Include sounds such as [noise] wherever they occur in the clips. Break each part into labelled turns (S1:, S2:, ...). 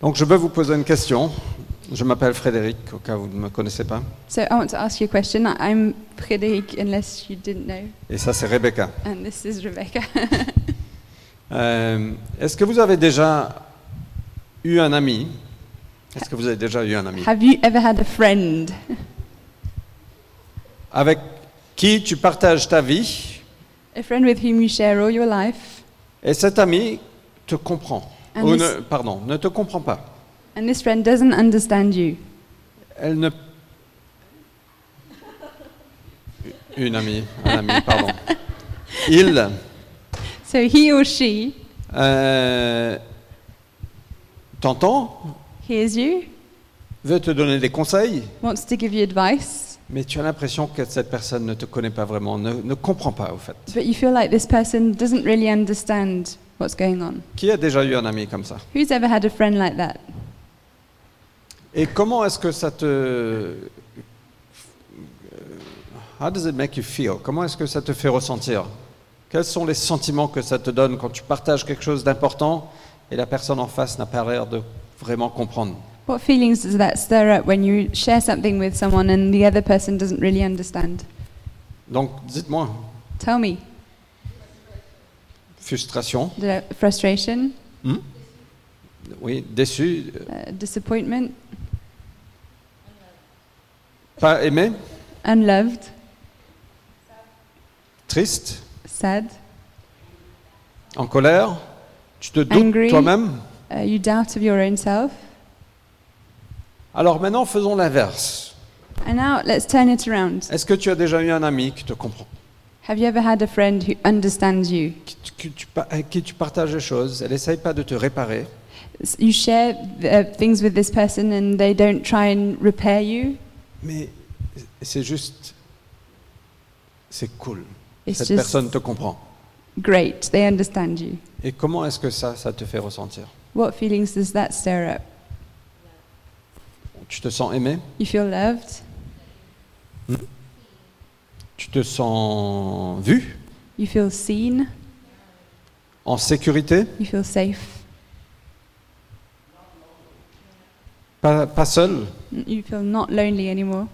S1: Donc je veux vous poser une question. Je m'appelle Frédéric, au cas où vous ne me connaissez pas.
S2: So I want to ask you a question. I'm Frederic, unless you didn't know,
S1: Et ça, c'est Rebecca.
S2: and this is Rebecca.
S1: Euh, Est-ce que vous avez déjà eu un ami Est-ce que vous avez déjà eu un ami
S2: [laughs] Have you ever had a friend
S1: Avec qui tu partages ta vie
S2: A friend with whom you share all your life,
S1: et cet ami te comprend.
S2: Un
S1: Ou
S2: mis-
S1: ne- pardon, ne te comprend pas.
S2: and this friend doesn't understand you.
S1: Elle ne. Une amie, un ami, pardon. Il
S2: So he or she
S1: euh, t'entend,
S2: hears you,
S1: veut te donner des conseils,
S2: wants to give you advice,
S1: mais tu as l'impression que cette personne ne te connaît pas vraiment, ne, ne comprend pas au fait.
S2: but you feel like this person doesn't really understand what's going on.
S1: Qui a déjà eu un ami comme ça
S2: Who's ever had a friend like that?
S1: Et comment est-ce que ça te. euh, How does it make you feel Comment est-ce que ça te fait ressentir Quels sont les sentiments que ça te donne quand tu partages quelque chose d'important et la personne en face n'a pas l'air de vraiment comprendre
S2: What feelings does that stir up when you share something with someone and the other person doesn't really understand?
S1: Donc, dites-moi,
S2: Tell me.
S1: frustration
S2: Did I- Frustration,
S1: Hmm Oui, déçu, euh,
S2: uh, disappointment,
S1: pas aimé,
S2: unloved,
S1: triste,
S2: sad,
S1: en colère, tu te doutes
S2: Angry.
S1: toi-même
S2: uh, you doubt of your own self.
S1: Alors maintenant, faisons l'inverse.
S2: And now let's turn it around.
S1: Est-ce que tu as déjà eu un ami qui te comprend
S2: Have you ever had a friend who understands you?
S1: qui tu- qui tu pa- avec qui tu partages les choses, elle n'essaye pas de te réparer,
S2: S- You share uh, things with this person and they don't try and repair you.
S1: mais c'est juste, c'est cool.
S2: It's
S1: Cette
S2: just
S1: personne te comprend.
S2: great. They understand you.
S1: Et comment est-ce que ça, ça te fait ressentir
S2: What feelings does that stir up?
S1: Tu te sens aimé
S2: You feel loved.
S1: Tu te sens vu
S2: You feel seen.
S1: En sécurité
S2: You feel safe.
S1: pas, pas seul
S2: You feel not lonely anymore.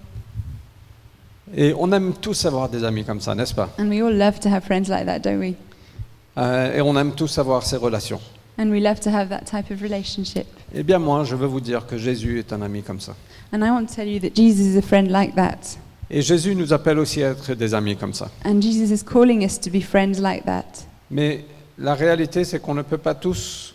S1: Et on aime tous avoir des amis comme ça, n'est-ce pas
S2: And we all love to have friends like that, don't we?
S1: Euh, Et on aime tous avoir ces relations.
S2: And we love to have that type of relationship.
S1: Eh bien moi, je veux vous dire que Jésus est un ami comme ça.
S2: And I want to tell you that Jesus is a friend like that.
S1: Et Jésus nous appelle aussi à être des amis comme ça.
S2: And Jesus is calling us to be friends like that.
S1: Mais la réalité, c'est qu'on ne peut pas tous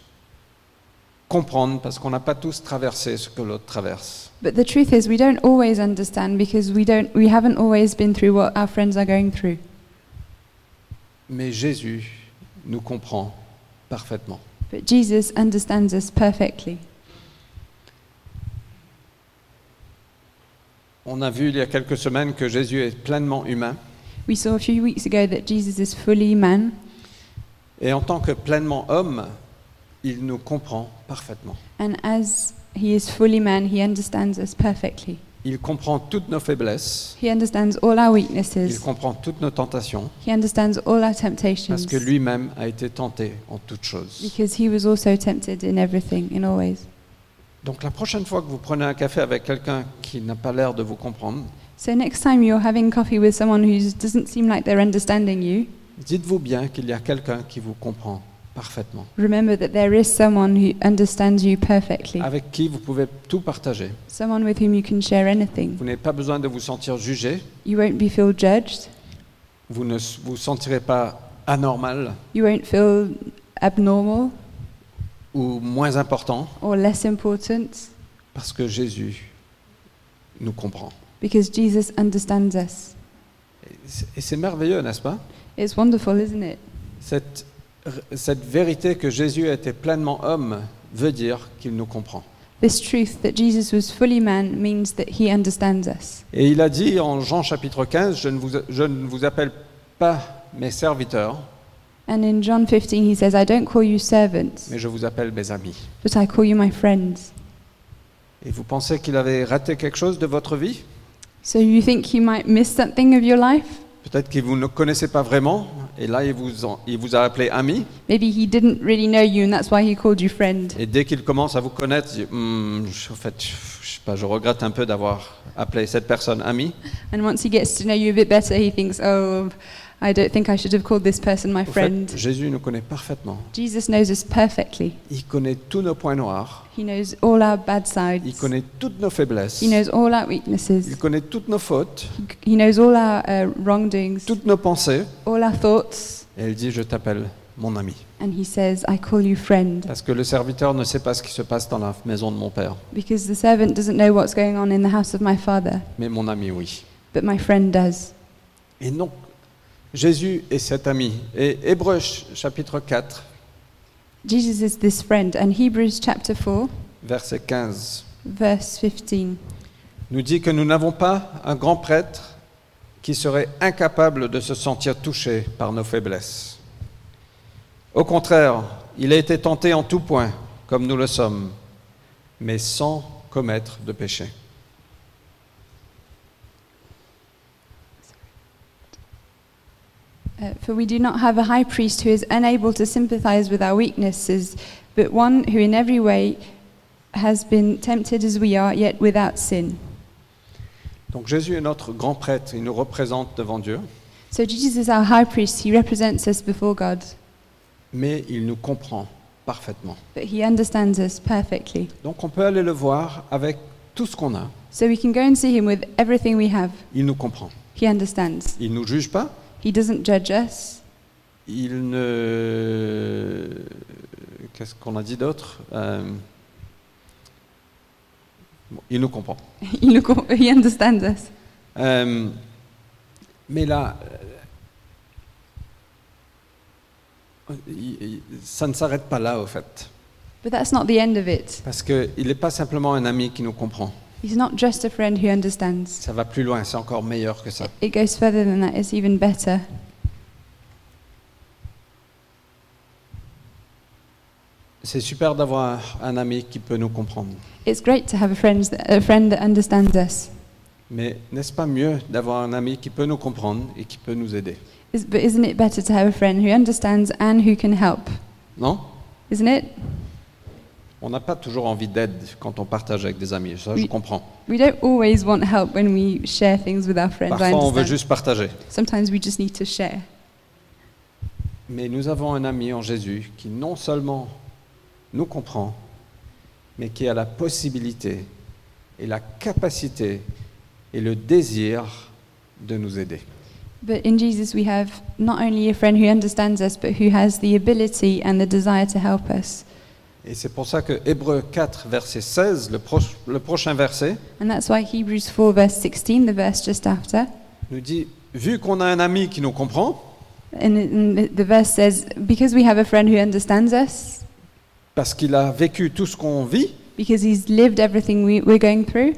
S1: comprendre parce qu'on n'a pas tous traversé ce que l'autre traverse.
S2: But the truth is, we don't always understand because we, don't, we haven't always been through what our friends are going through.
S1: Mais Jésus nous comprend parfaitement.
S2: But Jesus understands us perfectly.
S1: On a vu il y a quelques semaines que Jésus est pleinement humain.
S2: We saw a few weeks ago that Jesus is fully man,
S1: Et en tant que pleinement homme, il nous comprend parfaitement.
S2: and as he is fully man, he understands us perfectly.
S1: Il comprend toutes nos faiblesses.
S2: He understands all our
S1: Il
S2: weaknesses,
S1: comprend toutes nos tentations
S2: he understands all our
S1: parce
S2: temptations,
S1: que lui-même a été tenté en toutes choses.
S2: because he was also tempted in everything, in all ways.
S1: Donc la prochaine fois que vous prenez un café avec quelqu'un qui n'a pas l'air de vous comprendre,
S2: So next time you're having coffee with someone who doesn't seem like they're understanding you,
S1: Dites-vous bien qu'il y a quelqu'un qui vous comprend parfaitement,
S2: remember that there is someone who understands you perfectly,
S1: avec qui vous pouvez tout partager.
S2: someone with whom you can share anything.
S1: Vous n'avez pas besoin de vous sentir jugé,
S2: You won't be feel judged,
S1: vous ne s- vous sentirez pas anormal
S2: you won't feel abnormal
S1: ou moins important,
S2: or less important
S1: parce que Jésus nous comprend.
S2: because Jesus understands us.
S1: Et c'est- Et c'est merveilleux, n'est-ce pas
S2: It's wonderful, isn't it?
S1: cette, r- cette vérité que Jésus a été pleinement homme veut dire qu'il nous comprend.
S2: This truth that Jesus was fully man means that he understands us.
S1: Et il a dit en Jean chapitre 15, je ne vous- je ne vous appelle pas mes serviteurs,
S2: And in John 15, he says, I don't call you servants,
S1: mais je vous appelle mes amis.
S2: but I call you my friends.
S1: Et vous pensez qu'il avait raté quelque chose de votre vie
S2: So you think you might miss something of your life?
S1: Peut-être que vous ne connaissez pas vraiment, et là, il vous, en- il vous a appelé ami,
S2: Maybe he didn't really know you, and that's why he called you friend.
S1: et dès qu'il commence à vous connaître, il dit, Hmm, je- en fait, je sais pas, je regrette un peu d'avoir appelé cette personne ami.
S2: And once he gets to know you a bit better, he thinks, oh, I don't think I should have called this person my
S1: Au fait,
S2: friend.
S1: Jésus nous connaît parfaitement.
S2: Jesus knows us perfectly.
S1: Il connaît tous nos points noirs,
S2: He knows all our bad
S1: il
S2: sides.
S1: connaît toutes nos faiblesses,
S2: He knows all our
S1: il
S2: weaknesses.
S1: connaît toutes nos fautes,
S2: He- He knows all our uh, wrongdoings,
S1: toutes nos pensées,
S2: all our thoughts.
S1: et il dit, je t'appelle mon ami.
S2: And he says, I call you friend.
S1: Parce que le serviteur ne sait pas ce qui se passe dans la maison de mon père,
S2: Because the servant doesn't know what's going on in the house of my father,
S1: mais mon ami, oui.
S2: but my friend does.
S1: Et non, Jésus est cet ami. Et Hébreux chapitre 4,
S2: Jesus is this friend. And Hebrews chapter 4,
S1: verset 15,
S2: verse 15
S1: nous dit que nous n'avons pas un grand prêtre qui serait incapable de se sentir touché par nos faiblesses. Au contraire, il a été tenté en tout point, comme nous le sommes, mais sans commettre de péché.
S2: uh, For we do not have a high priest who is unable to sympathize with our weaknesses, but one who in every way has been tempted as we are, yet without sin.
S1: Donc Jésus est notre grand prêtre, il nous représente devant Dieu,
S2: So Jesus is our high priest. He represents us before God,
S1: mais il nous comprend parfaitement.
S2: but he understands us perfectly.
S1: Donc on peut aller le voir avec tout ce qu'on a,
S2: So we can go and see him with everything we have.
S1: il nous comprend.
S2: He understands.
S1: Il ne nous juge pas,
S2: He doesn't judge us. [laughs]
S1: il ne... Qu'est-ce qu'on a dit d'autre Euh, bon, Il nous comprend.
S2: he, look, he understands us.
S1: Euh, Mais là, euh, il- il- ça ne s'arrête pas là, au fait.
S2: But that's not the end of it.
S1: Parce qu'il n'est pas simplement un ami qui nous comprend.
S2: He's not just a friend who understands.
S1: Ça va plus loin, c'est encore meilleur que ça.
S2: It goes further than that. It's even better.
S1: C'est super d'avoir un ami qui peut nous comprendre.
S2: It's great to have a friend, that, a friend that understands us.
S1: Mais n'est-ce pas mieux d'avoir un ami qui peut nous comprendre et qui peut nous aider
S2: Is, but isn't it better to have a friend who understands and who can help?
S1: Non
S2: Isn't it?
S1: On n'a pas toujours envie d'aide quand on partage avec des amis, ça je
S2: Oui.
S1: comprends.
S2: We don't always want help when we share things with our friends. I
S1: Parfois on veut
S2: understand.
S1: juste partager.
S2: Sometimes we just need to share.
S1: Mais nous avons un ami en Jésus qui non seulement nous comprend, mais qui a la possibilité et la capacité et le désir de nous aider.
S2: But in Jesus, we have not only a friend who understands us, but who has the ability and the desire to help us.
S1: Et c'est pour ça que Hébreu 4, verset 16, le, proche- le prochain verset,
S2: And that's why Hebrews 4, verse 16, the verse just after,
S1: nous dit, vu qu'on a un ami qui nous comprend,
S2: and, and the- the verse says, Because we have a friend who understands us,
S1: parce qu'il a vécu tout ce qu'on vit,
S2: because he's lived everything we, we're going through,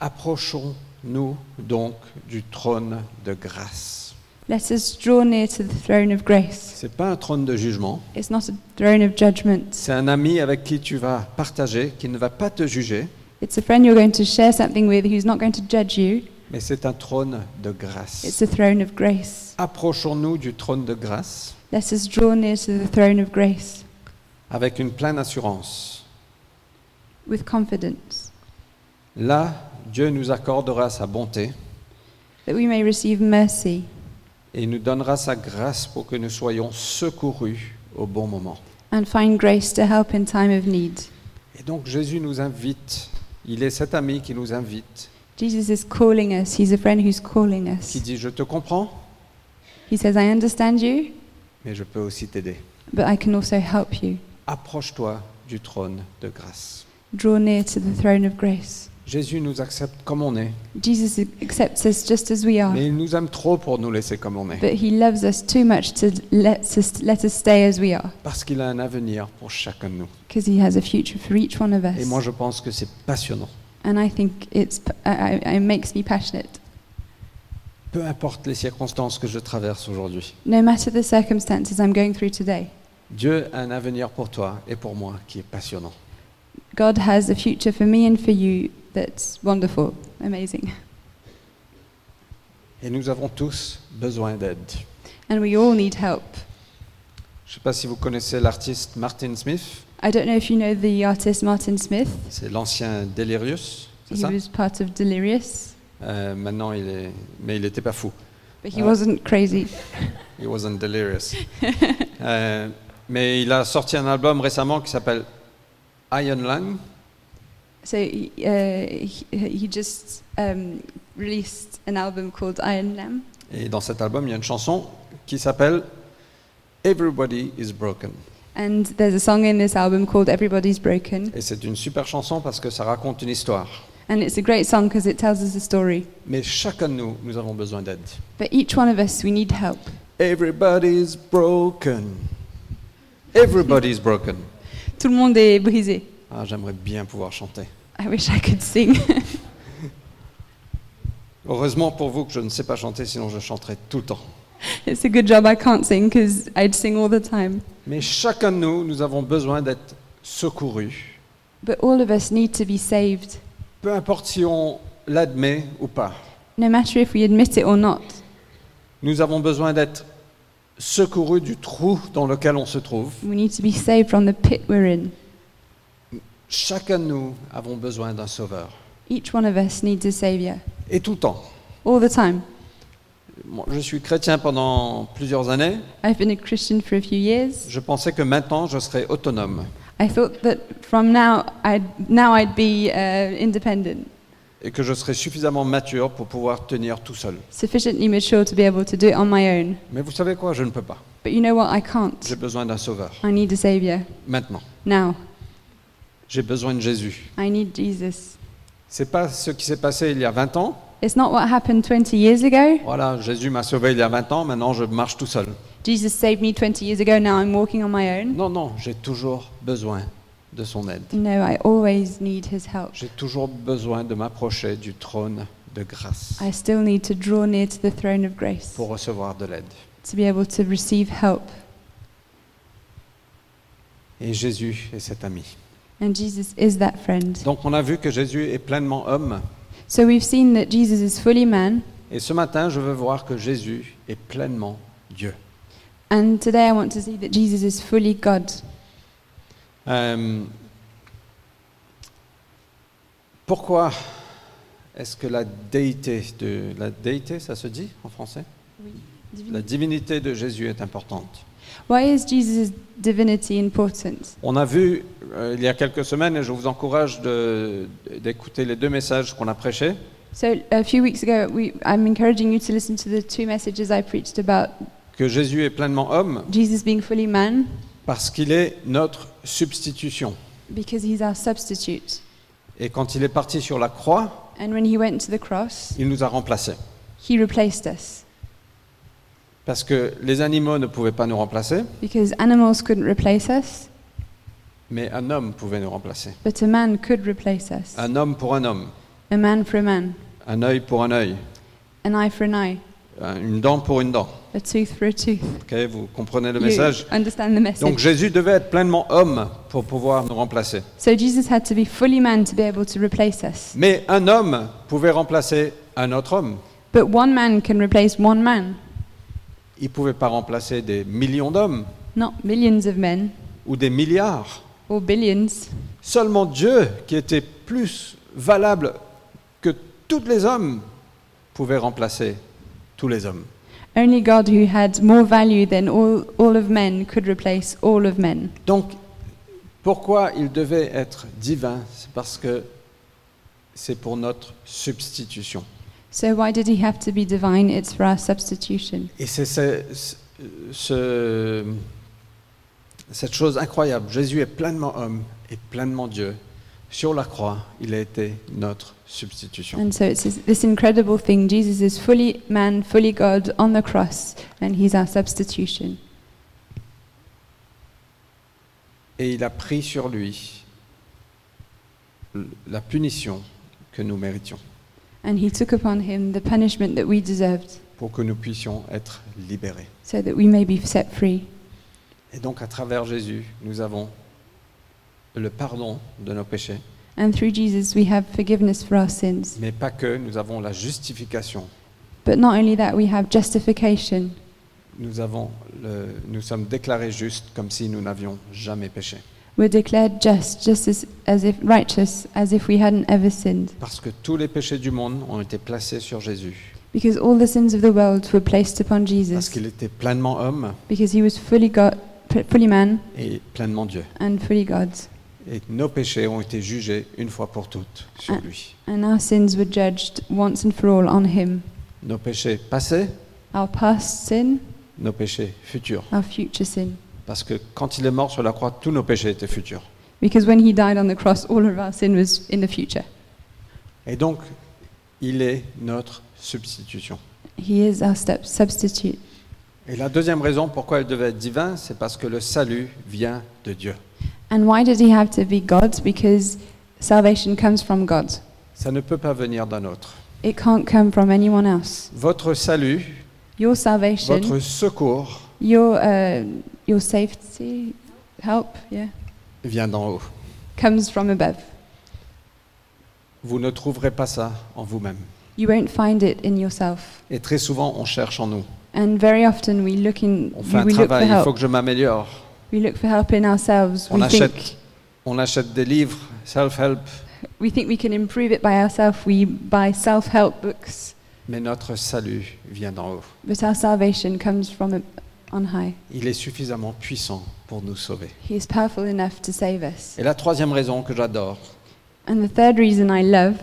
S1: approchons-nous donc du trône de grâce.
S2: let us draw near to the throne of grace.
S1: C'est pas un trône de jugement,
S2: It's not a throne of judgment,
S1: c'est un ami avec qui tu vas partager, qui ne va pas te juger,
S2: it's a friend you're going to share something with who's not going to judge you.
S1: mais c'est un trône de
S2: It's
S1: grâce.
S2: a throne of grace.
S1: Approchons-nous du trône de grâce
S2: Let us draw near to the throne of grace
S1: avec une pleine assurance.
S2: with confidence
S1: Là, Dieu nous accordera sa bonté
S2: that we may receive mercy.
S1: et nous donnera sa grâce pour que nous soyons secourus au bon moment.
S2: and find grace to help in time of need.
S1: Et donc Jésus nous invite, il est cet ami qui nous invite,
S2: Jesus is calling us. He's a friend who's calling
S1: qui
S2: us.
S1: dit je te comprends,
S2: He says, I understand you,
S1: mais je peux aussi t'aider.
S2: but I can also help you.
S1: Approche-toi du trône de grâce.
S2: Draw near to the throne of grace.
S1: Jésus nous accepte comme on est,
S2: Jesus accepts us just as we are,
S1: mais il nous aime trop pour nous laisser comme on est,
S2: but he loves us too much to let us, let us stay as we are,
S1: parce qu'il a un avenir pour chacun de nous.
S2: because he has a future for each one of
S1: Et
S2: us.
S1: moi, je pense que c'est passionnant.
S2: And I think it's, p- I, I- it makes me passionate.
S1: Peu importe les circonstances que je traverse aujourd'hui,
S2: No matter the circumstances I'm going through today,
S1: Dieu a un avenir pour toi et pour moi qui est passionnant.
S2: God has a future for me and for you that's wonderful, amazing.
S1: Et nous avons tous besoin d'aide.
S2: [laughs] and we all need help.
S1: Je ne sais pas si vous connaissez l'artiste Martin Smith,
S2: I don't know if you know the artist Martin Smith.
S1: c'est l'ancien Delirious, c'est
S2: He
S1: ça
S2: was part of Delirious,
S1: Euh, Maintenant, il est... mais il n'était pas fou.
S2: but he
S1: Ah.
S2: wasn't crazy.
S1: He wasn't delirious. Euh, mais il a sorti un album récemment qui s'appelle Iron Lung.
S2: So uh, he, he just um, released an album called Iron Lamb,
S1: Et dans cet album, il y a une chanson qui s'appelle Everybody is Broken.
S2: and there's a song in this album called Everybody's Broken,
S1: Et c'est une super chanson parce que ça raconte une histoire.
S2: and it's a great song because it tells us a story.
S1: Mais chacun de nous, nous avons besoin d'aide.
S2: But each one of us, we need help.
S1: Everybody is broken. Everybody is broken.
S2: Tout le monde est brisé.
S1: Ah, j'aimerais bien pouvoir chanter.
S2: I wish I could sing. [laughs]
S1: Heureusement pour vous que je ne sais pas chanter, sinon je chanterais tout le temps.
S2: it's a good job I can't sing because I'd sing all the time.
S1: Mais chacun de nous, nous avons besoin d'être secourus.
S2: But all of us need to be saved,
S1: Peu importe si on l'admet ou pas,
S2: no matter if we admit it or not.
S1: nous avons besoin d'être secourus du trou dans lequel on se trouve.
S2: We need to be saved from the pit we're in.
S1: Chacun de nous avons besoin d'un sauveur.
S2: Each one of us needs a savior,
S1: Et tout le temps.
S2: all the time.
S1: Moi, je suis chrétien pendant plusieurs années.
S2: I've been a Christian for a few years.
S1: Je pensais que maintenant, je serais autonome
S2: I thought that from now I'd now I'd be uh, independent,
S1: et que je serais suffisamment mature pour pouvoir tenir tout seul.
S2: sufficiently mature to be able to do it on my own.
S1: Mais vous savez quoi Je ne peux pas.
S2: But you know what? I can't.
S1: J'ai besoin d'un sauveur.
S2: I need a savior
S1: Maintenant.
S2: now.
S1: J'ai besoin de Jésus.
S2: I need Jesus.
S1: C'est pas ce qui s'est passé il y a 20 ans.
S2: It's not what happened 20 years ago.
S1: Voilà, Jésus m'a sauvé il y a 20 ans, maintenant je marche tout seul.
S2: Jesus saved me 20 years ago. Now I'm walking on my own.
S1: Non, non, j'ai toujours besoin de son aide.
S2: No, I always need his help.
S1: J'ai toujours besoin de m'approcher du trône de grâce
S2: I still need to draw near to the throne of grace
S1: pour recevoir de l'aide.
S2: to be able to receive help.
S1: Et Jésus est cet ami.
S2: And Jesus is that friend.
S1: Donc on a vu que Jésus est pleinement homme.
S2: So we've seen that Jesus is fully man,
S1: Et ce matin, je veux voir que Jésus est pleinement Dieu.
S2: and today I want to see that Jesus is fully God.
S1: Euh, pourquoi est-ce que la déité, de, la déité, ça se dit en français La divinité de Jésus est importante.
S2: Why is Jesus' divinity important?
S1: On a vu euh, il y a quelques semaines, et je vous encourage de- d'écouter les deux messages qu'on a prêchés,
S2: So a few weeks ago, we, I'm encouraging you to listen to the two messages I preached about
S1: que Jésus est pleinement homme
S2: Jesus being fully man
S1: parce qu'il est notre substitution.
S2: because he's our substitute.
S1: Et quand il est parti sur la croix,
S2: And when he went to the cross,
S1: il nous a remplacés.
S2: he replaced us
S1: Parce que les animaux ne pouvaient pas nous remplacer,
S2: because animals couldn't replace us,
S1: mais un homme pouvait nous remplacer.
S2: but a man could replace us.
S1: Un homme pour un homme,
S2: A man for a man,
S1: un œil pour un œil,
S2: an eye for an eye,
S1: un- une dent pour une dent.
S2: a tooth for a tooth.
S1: Ok, vous comprenez le
S2: You
S1: message
S2: understand the message?
S1: Donc Jésus devait être pleinement homme pour pouvoir nous remplacer.
S2: So Jesus had to be fully man to be able to replace us.
S1: Mais un homme pouvait remplacer un autre homme.
S2: But one man can replace one man,
S1: Il ne pouvait pas remplacer des millions d'hommes
S2: not millions of men
S1: ou des milliards.
S2: or billions.
S1: Seulement Dieu, qui était plus valable que tous les hommes, pouvait remplacer tous les hommes.
S2: Only God, who had more value than all, all of men, could replace all of men.
S1: Donc, pourquoi il devait être divin C'est parce que c'est pour notre substitution.
S2: So why did he have to be divine? It's for our substitution.
S1: Et c'est ce- ce- ce- cette chose incroyable. Jésus est pleinement homme et pleinement Dieu. Sur la croix, il a été notre substitution.
S2: And so it's this, this incredible thing. Jesus is fully man, fully God on the cross, and he's our substitution.
S1: Et il a pris sur lui la punition que nous méritions
S2: And he took upon him the punishment that we deserved,
S1: pour que nous puissions être libérés.
S2: so that we may be set free.
S1: Et donc à travers Jésus, nous avons le pardon de nos péchés,
S2: And through Jesus, we have forgiveness for our sins.
S1: mais pas que, nous avons la justification
S2: But not only that, we have justification.
S1: Nous, avons le- nous sommes déclarés justes comme si nous n'avions jamais péché.
S2: We're declared just, just as, as if righteous, as if we hadn't ever sinned,
S1: Parce que tous les péchés du monde ont été placés sur Jésus.
S2: because all the sins of the world were placed upon
S1: Parce
S2: Jesus,
S1: qu'il était pleinement homme
S2: because he was fully God, p- fully man,
S1: et pleinement Dieu.
S2: and fully God,
S1: Et nos péchés ont été jugés une fois pour toutes sur
S2: Ah.
S1: lui.
S2: and our sins were judged once and for all on him.
S1: Nos péchés passés,
S2: Our past sin,
S1: nos péchés futurs.
S2: our future sin,
S1: Parce que quand il est mort sur la croix, tous nos péchés étaient futurs.
S2: because when he died on the cross, all of our sin was in the future.
S1: Et donc, il est notre substitution.
S2: He is our step, substitute.
S1: Et la deuxième raison pourquoi il devait être divin, c'est parce que le salut vient de Dieu.
S2: And why did he have to be God? Because salvation comes from God.
S1: Ça ne peut pas venir d'un autre.
S2: It can't come from anyone else.
S1: Votre salut,
S2: Your salvation,
S1: votre secours
S2: your uh, your safety, help, yeah,
S1: vient d'en haut.
S2: comes from above.
S1: Vous ne trouverez pas ça en vous-même.
S2: You won't find it in yourself.
S1: Et très souvent, on cherche en nous.
S2: And very often we look in,
S1: On fait un
S2: we look for
S1: travail, il faut
S2: help.
S1: que je m'améliore.
S2: We look for help in ourselves.
S1: On
S2: we
S1: achète.
S2: think
S1: On achète des livres, self-help,
S2: we think we can improve it by ourselves. We buy self-help books,
S1: mais notre salut vient d'en haut.
S2: but our salvation comes from ab- on high.
S1: Il est suffisamment puissant pour nous sauver.
S2: He is powerful enough to save us.
S1: Et la troisième raison que j'adore,
S2: And the third reason I love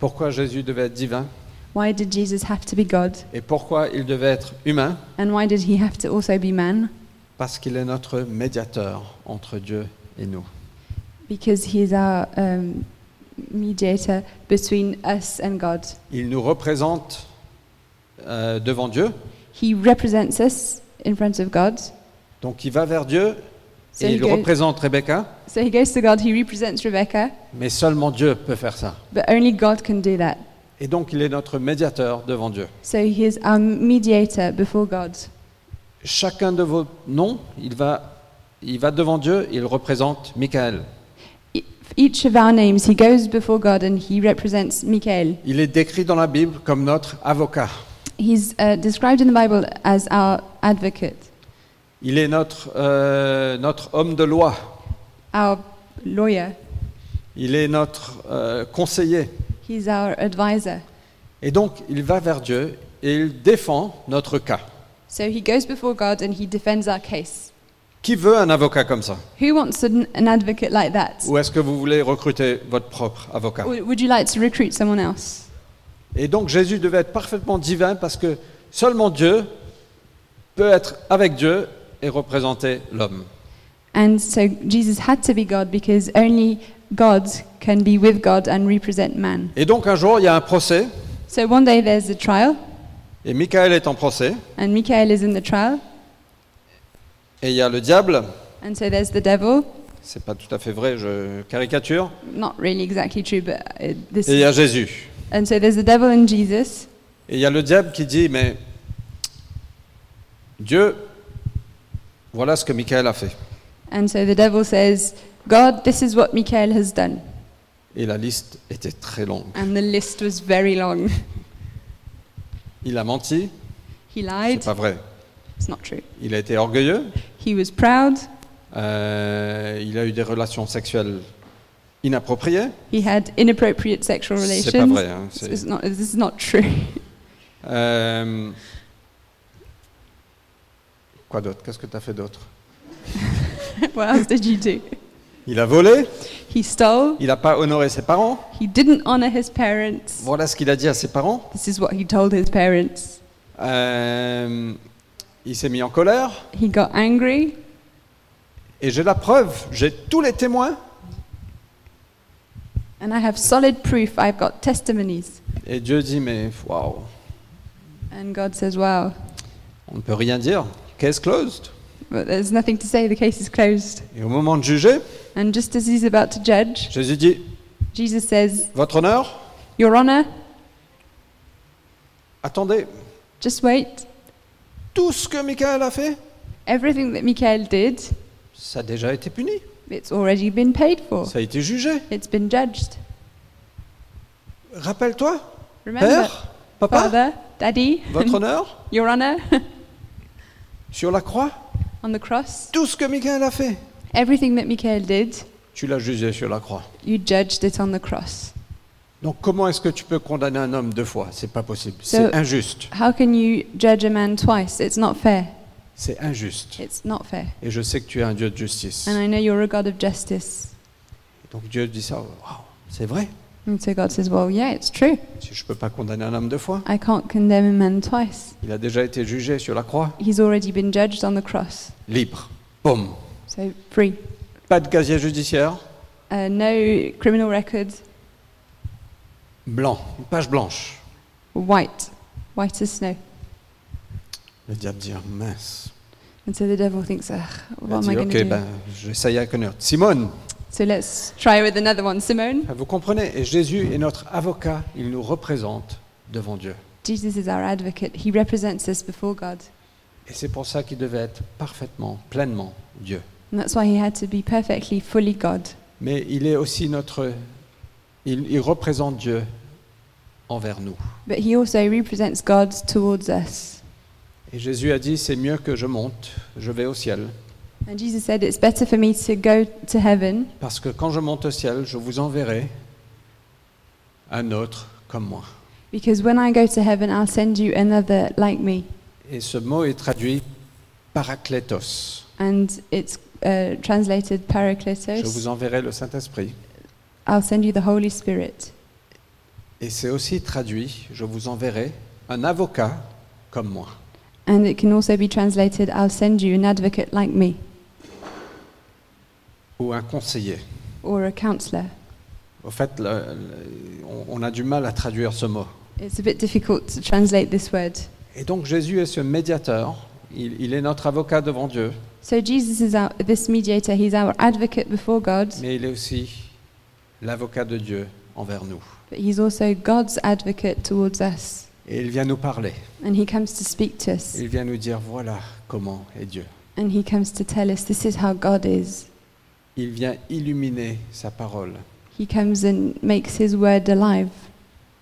S1: pourquoi Jésus devait être divin
S2: why did Jesus have to be God?
S1: et pourquoi il devait être humain,
S2: And why did he have to also be man?
S1: parce qu'il est notre médiateur entre Dieu et nous.
S2: Because he is our um, mediator between us and God.
S1: Il nous représente euh, devant Dieu,
S2: He represents us in front of God.
S1: donc il va vers Dieu
S2: So
S1: et
S2: he,
S1: il
S2: go-
S1: représente Rebecca,
S2: so he goes to God, he represents Rebecca,
S1: mais seulement Dieu peut faire ça.
S2: but only God can do that.
S1: Et donc il est notre médiateur devant Dieu.
S2: So he is our mediator before God.
S1: Chacun de vos noms, il va, il va devant Dieu, il représente Michael.
S2: E- Each of our names, he goes before God and he represents Michael.
S1: Il est décrit dans la Bible comme notre avocat.
S2: He's uh, described in the Bible as our advocate,
S1: Il est notre, euh, notre homme de loi.
S2: our lawyer,
S1: Il est notre euh, conseiller.
S2: he's our advisor.
S1: Et donc, il va vers Dieu et il défend notre cas.
S2: So he goes before God and he defends our case.
S1: Qui veut un avocat comme ça
S2: Who wants an, an advocate like that?
S1: Ou est-ce que vous voulez recruter votre propre avocat
S2: Or would you like to recruit someone else?
S1: Et donc, Jésus devait être parfaitement divin parce que seulement Dieu peut être avec Dieu et représenter l'homme.
S2: And so Jesus had to be God because only God can be with God and represent man.
S1: Et donc, un jour, il y a un procès
S2: So one day there's a trial,
S1: et Michael est en procès
S2: and Michael is in the trial,
S1: et il y a le diable.
S2: and so there's the devil.
S1: C'est pas tout à fait vrai, je caricature.
S2: Not really exactly true, but uh, this.
S1: Et il y a Jésus.
S2: And so there's the devil and Jesus,
S1: Et il y a le diable qui dit, mais Dieu, voilà ce que Michael a fait.
S2: and so the devil says, "God, this is what Michael has done."
S1: Et la liste était très longue.
S2: And the list was very long. [laughs]
S1: Il a menti,
S2: He
S1: c'est
S2: lied.
S1: pas vrai.
S2: It's not true.
S1: Il a été orgueilleux,
S2: He was proud.
S1: euh, il a eu des relations sexuelles inappropriées,
S2: He had inappropriate sexual
S1: c'est
S2: relations.
S1: pas vrai. hein,
S2: This
S1: c'est-
S2: is not, this is not true. [laughs]
S1: Euh, quoi d'autre Qu'est-ce que tu as fait d'autre
S2: what else did you do?
S1: Il a volé,
S2: He stole.
S1: il n'a pas honoré ses parents,
S2: He didn't honor his parents.
S1: voilà ce qu'il a dit à ses parents.
S2: This is what he told his parents.
S1: Euh, il s'est mis en colère.
S2: He got angry.
S1: Et j'ai la preuve, j'ai tous les témoins.
S2: And I have solid proof. I've got testimonies.
S1: Et Dieu dit, mais waouh,
S2: And God says, wow,
S1: on ne peut rien dire. Case closed.
S2: but there's nothing to say. The case is closed.
S1: Et au moment de juger,
S2: And just as he's about to judge,
S1: Jésus dit,
S2: Jesus says,
S1: votre honneur,
S2: Your Honor,
S1: attendez,
S2: just wait.
S1: tout ce que Michael a fait,
S2: Everything that Michael did,
S1: ça a déjà été puni,
S2: it's already been paid for.
S1: ça a été jugé.
S2: It's been judged.
S1: Rappelle-toi,
S2: Remember,
S1: père, papa,
S2: Father, Daddy, [laughs]
S1: Votre honneur
S2: Your Honor, [laughs]
S1: Sur la croix
S2: on the cross,
S1: Tout ce que Michael a fait
S2: everything that Michael did,
S1: Tu l'as jugé sur la croix.
S2: you judged it on the cross.
S1: Donc comment est-ce que tu peux condamner un homme deux fois C'est pas possible.
S2: So-
S1: C'est injuste.
S2: How can you judge a man twice? It's not fair.
S1: C'est injuste.
S2: It's not fair.
S1: Et Ah je sais que tu es un Dieu de justice.
S2: And I know you're a God of justice.
S1: Donc Dieu dit ça. Waouh, c'est vrai.
S2: And so God says, Well, yeah, it's true.
S1: Si je peux pas condamner un homme deux fois,
S2: I can't condemn a man twice.
S1: il a déjà été jugé sur la croix.
S2: He's already been judged on the cross.
S1: Libre. Boum.
S2: So free.
S1: Pas de casier judiciaire.
S2: Uh, no criminal record.
S1: Blanc. Une page blanche.
S2: White. White as snow.
S1: Le diable dit ah, mince.
S2: And so the devil thinks, Ugh,
S1: Il a
S2: what am
S1: dit,
S2: I going
S1: ok,
S2: to do?
S1: ben, j'essaye avec une autre. Simone,
S2: So let's try with another one. Simone,
S1: vous comprenez Et Jésus est notre avocat. Il nous représente devant Dieu.
S2: Jesus is our advocate. He represents us before God.
S1: Et c'est pour ça qu'il devait être parfaitement, pleinement Dieu.
S2: And that's why he had to be perfectly, fully God.
S1: Mais il est aussi notre. Il, il représente Dieu envers nous.
S2: But he also represents God towards us.
S1: Et Jésus a dit c'est mieux que je monte, je vais au ciel.
S2: And Jesus said, It's better for me to go to heaven
S1: Parce que quand je monte au ciel, je vous enverrai un autre comme moi.
S2: because when I go to heaven, I'll send you another like me.
S1: Et ce mot est traduit paraclétos.
S2: And it's uh, translated
S1: Je vous
S2: Parakletos.
S1: enverrai le Saint-Esprit.
S2: I'll send you the Holy Spirit.
S1: Et c'est aussi traduit je vous enverrai un avocat comme moi.
S2: And it can also be translated, I'll send you an advocate like me
S1: Ou un conseiller.
S2: or a counselor.
S1: Au fait, le- le- on- on a du mal à traduire ce mot.
S2: It's a bit difficult to translate this word.
S1: Et donc Jésus est ce médiateur, il, il est notre avocat devant Dieu,
S2: So Jesus is our, this mediator, he's our advocate before God,
S1: mais il est aussi l'avocat de Dieu envers nous.
S2: but he's also God's advocate towards us.
S1: Et il vient nous parler,
S2: And he comes to speak to us,
S1: il vient nous dire voilà comment est Dieu.
S2: and he comes to tell us this is how God is.
S1: Il vient illuminer sa parole,
S2: He comes and makes his word alive.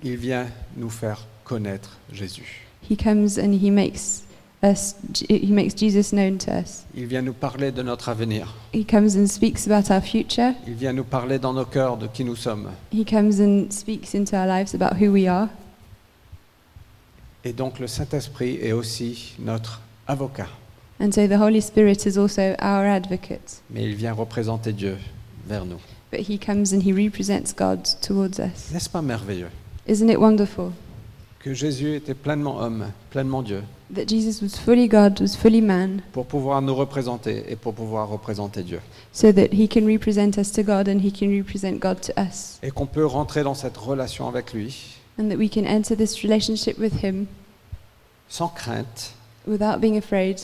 S1: il vient nous faire connaître Jésus.
S2: He comes and he makes us he makes Jesus known to us.
S1: Il vient nous parler de notre avenir,
S2: He comes and speaks about our future.
S1: il vient nous parler dans nos cœurs de qui nous sommes.
S2: He comes and speaks into our lives about who we are.
S1: Et donc le Saint-Esprit est aussi notre avocat,
S2: And so the Holy Spirit is also our advocate.
S1: mais il vient représenter Dieu vers nous.
S2: But he comes and he represents God towards us.
S1: N'est-ce pas merveilleux
S2: Isn't it wonderful
S1: que Jésus était pleinement homme, pleinement Dieu
S2: that Jesus was fully God, was fully man,
S1: pour pouvoir nous représenter et pour pouvoir représenter Dieu.
S2: so that he can represent us to God and he can represent God to us,
S1: Et qu'on peut rentrer dans cette relation avec lui
S2: and that we can enter this relationship with him
S1: sans crainte,
S2: without being afraid,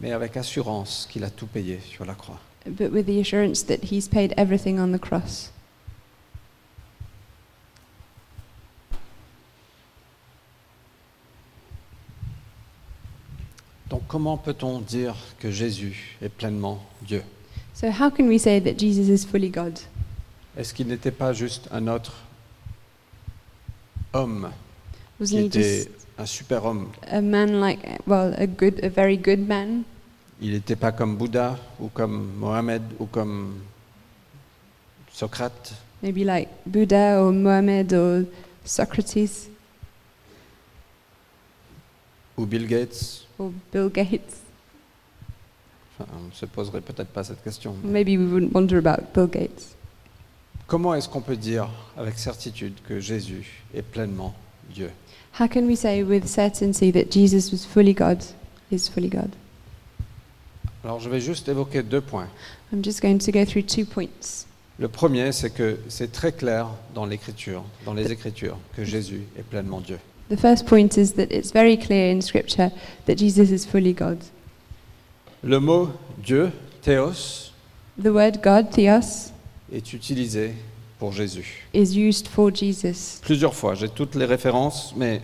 S1: mais avec assurance qu'il a tout payé sur la croix.
S2: but with the assurance that he's paid everything on the cross.
S1: Donc comment peut-on dire que Jésus est pleinement Dieu
S2: So, how can we say that Jesus is fully God?
S1: Est-ce qu'il n'était pas juste un autre homme qui
S2: Wasn't he
S1: était
S2: just
S1: un super homme
S2: a man like, well, a good, a very good man?
S1: Il n'était pas comme Bouddha ou comme Mohamed ou comme Socrate.
S2: Maybe like Buddha or Mohammed or Socrates
S1: ou Bill Gates
S2: or Bill Gates.
S1: Enfin, On ne se poserait peut-être pas cette question. mais
S2: Maybe we wouldn't wonder about Bill Gates.
S1: Comment est-ce qu'on peut dire avec certitude que Jésus est pleinement Dieu
S2: How can we say with certainty that Jesus was fully God, is fully God?
S1: Alors je vais juste évoquer deux points.
S2: I'm just going to go through two points.
S1: Le premier, c'est que c'est très clair dans l'Écriture, dans les Écritures, que Jésus est pleinement Dieu.
S2: The first point is that it's very clear in Scripture that Jesus is fully God.
S1: Le mot Dieu, Théos,
S2: The word God, theos,
S1: est utilisé pour Jésus.
S2: is used for Jesus
S1: Plusieurs fois, j'ai toutes les références, mais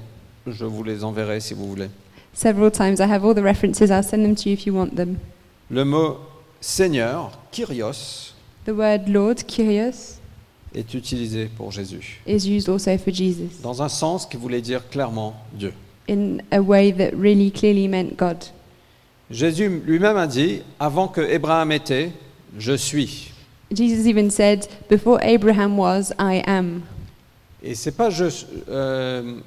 S1: je vous les enverrai si vous voulez.
S2: several times. I have all the references. I'll send them to you if you want them.
S1: Le mot Seigneur, Kyrios,
S2: The word Lord, Kyrios,
S1: est utilisé pour Jésus.
S2: is used also for Jesus
S1: dans un sens qui voulait dire clairement Dieu.
S2: in a way that really clearly meant God.
S1: Jésus lui-même a dit, avant que Abraham était, je suis.
S2: Jesus even said, Before Abraham was, I am.
S1: Et c'est pas je. euh,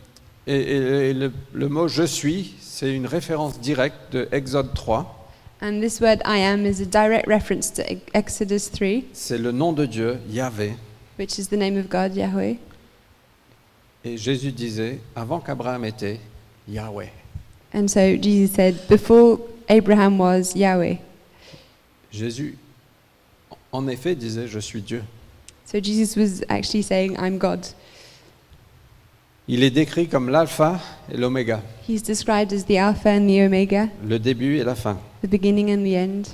S1: et, et- et le, le mot je suis, c'est une référence directe de Exode 3.
S2: And this word I am is a direct reference to Ex- Exodus 3,
S1: C'est le nom de Dieu, Yahvé.
S2: which is the name of God, Yahweh.
S1: Et Jésus disait, avant qu'Abraham était, Yahweh.
S2: And so Jesus said, Before Abraham was, Yahweh.
S1: Jésus, en effet, disait, je suis Dieu.
S2: So Jesus was actually saying, I'm God.
S1: Il est décrit comme l'alpha et l'oméga,
S2: He's described as the Alpha and the Omega,
S1: le début et la fin.
S2: the beginning and the end.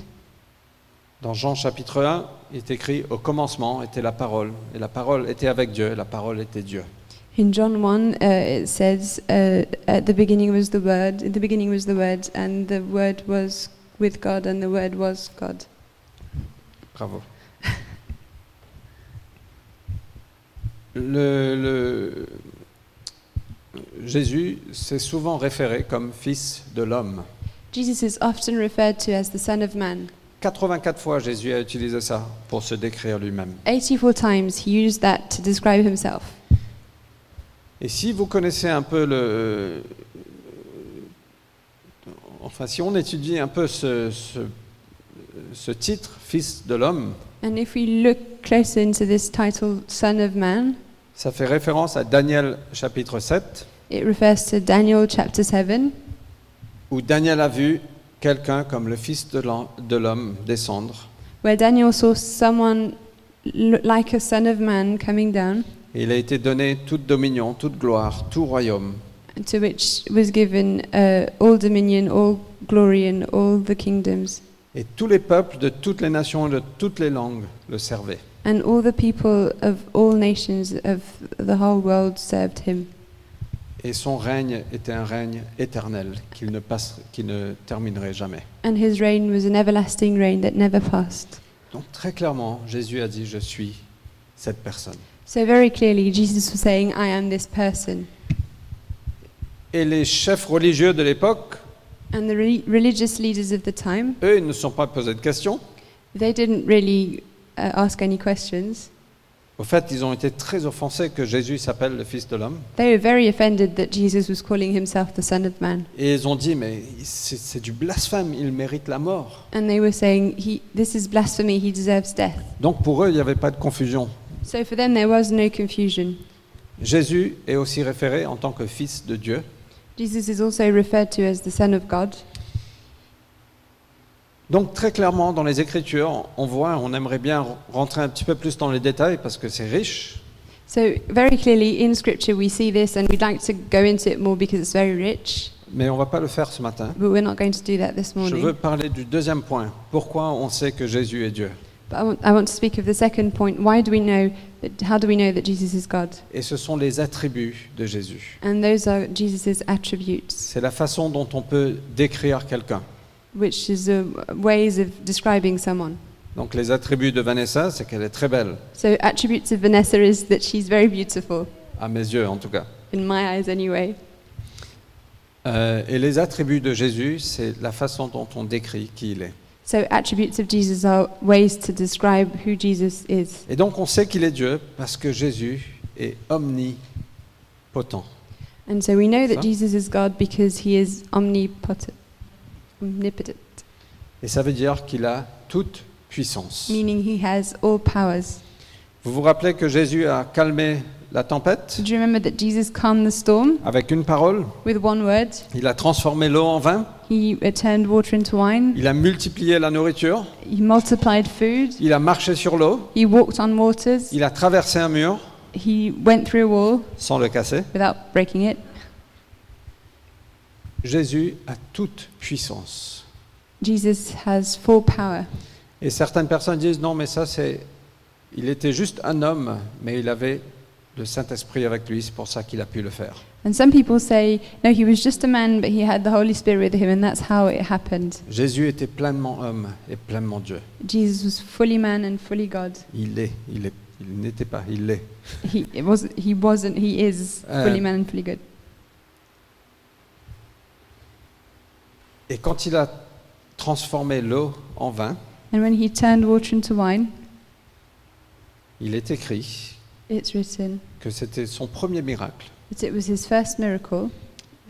S1: Dans Jean chapitre 1, il est écrit, au commencement était la parole, et la parole était avec Dieu, et la parole était Dieu.
S2: In John 1, uh, it says, uh, At the beginning was the Word, in the beginning was the Word, and the Word was with God, and the Word was God.
S1: Bravo. Le, le- Jésus s'est souvent référé comme fils de l'homme.
S2: Jesus is often referred to as the Son of Man.
S1: 84 fois Jésus a utilisé ça pour se décrire lui-même.
S2: 84 times he used that to describe himself.
S1: Et si vous connaissez un peu le... euh, Enfin, si on étudie un peu ce, ce, ce titre, Fils de l'homme,
S2: And if we look closer into this title, Son of Man,
S1: ça fait référence à Daniel chapitre 7,
S2: it refers to Daniel chapter 7,
S1: où Daniel a vu quelqu'un comme le Fils de l'en- de l'homme descendre.
S2: where Daniel saw someone l- like a Son of Man coming down,
S1: Et il a été donné toute dominion, toute gloire, tout royaume.
S2: and to which was given uh, all dominion, all glory, and all the kingdoms.
S1: Et tous les peuples de toutes les nations et de toutes les langues le servaient.
S2: And all the people of all nations of the whole world served him.
S1: Et son règne était un règne éternel qu'il ne, passe- qui ne terminerait jamais.
S2: And his reign was an everlasting reign that never passed.
S1: Donc très clairement, Jésus a dit, je suis cette personne.
S2: So, very clearly, Jesus was saying, I am this person.
S1: Et les chefs religieux de l'époque,
S2: And the re- religious leaders of the time,
S1: eux, ils ne se sont pas posés de questions.
S2: they didn't really uh, ask any questions.
S1: Au fait, ils ont été très offensés que Jésus s'appelle le Fils de l'homme.
S2: They were very offended that Jesus was calling himself the Son of Man.
S1: Et ils ont dit, mais c'est c'est du blasphème, il mérite la mort.
S2: And they were saying, he, This is blasphemy, he deserves death.
S1: Donc pour eux, il n'y avait pas de confusion.
S2: So for them, there was no confusion.
S1: Jésus est aussi référé en tant que Fils de Dieu.
S2: Jesus is also referred to as the Son of God.
S1: Donc très clairement, dans les Écritures, on voit, on aimerait bien rentrer un petit peu plus dans les détails parce que c'est riche.
S2: So, very clearly in Scripture, we see this, and we'd like to go into it more because it's very rich,
S1: Mais on ne va pas le faire ce matin.
S2: but we're not going to do that this
S1: Je
S2: morning.
S1: veux parler du deuxième point. Pourquoi on sait que Jésus est Dieu
S2: But I want, I want to speak of the second point. Why do we know that, how do we know that Jesus is God?
S1: Et ce sont les attributs de Jésus.
S2: And those are Jesus' attributes,
S1: C'est la façon dont on peut décrire quelqu'un.
S2: which is uh, ways of describing someone.
S1: Donc les attributs de Vanessa, c'est qu'elle est très belle,
S2: So, attributes of Vanessa is that she's very beautiful,
S1: à mes yeux en tout cas.
S2: in my eyes anyway.
S1: Euh, et les attributs de Jésus, c'est la façon dont on décrit qui il est.
S2: So, attributes of Jesus are ways to describe who Jesus is.
S1: Et donc on sait qu'il est Dieu parce que Jésus est omnipotent.
S2: And so, we know that
S1: Ça.
S2: Jesus is God because he is omnipotent, omnipotent
S1: Et ça veut dire qu'il a toute puissance.
S2: meaning he has all powers.
S1: Vous vous rappelez que Jésus a calmé la tempête
S2: Do you remember that Jesus calmed the storm
S1: avec une parole
S2: with one word?
S1: Il a transformé l'eau en vin
S2: He uh, turned water into wine,
S1: Il a multiplié la nourriture
S2: he multiplied food,
S1: Il a marché sur l'eau
S2: he walked on waters,
S1: Il a traversé un mur
S2: he went through a wall
S1: sans le casser.
S2: without breaking it.
S1: Jésus a toute puissance.
S2: Jesus has full power.
S1: Et certaines personnes disent non, mais ça c'est. Il était juste un homme, mais il avait le Saint-Esprit avec lui, c'est pour ça qu'il a pu le faire.
S2: And some people say, no, he was just a man, but he had the Holy Spirit with him, and that's how it happened.
S1: Jésus était pleinement homme et pleinement Dieu.
S2: Jesus was fully man and fully God.
S1: Il est, il est, il n'était pas, il l'est.
S2: He, it wasn't, he wasn't, he is
S1: Uh,
S2: fully man and fully good.
S1: Et quand il a transformé l'eau en vin,
S2: And when he turned water into wine,
S1: il est écrit
S2: it's written
S1: que c'était son premier miracle.
S2: that it was his first miracle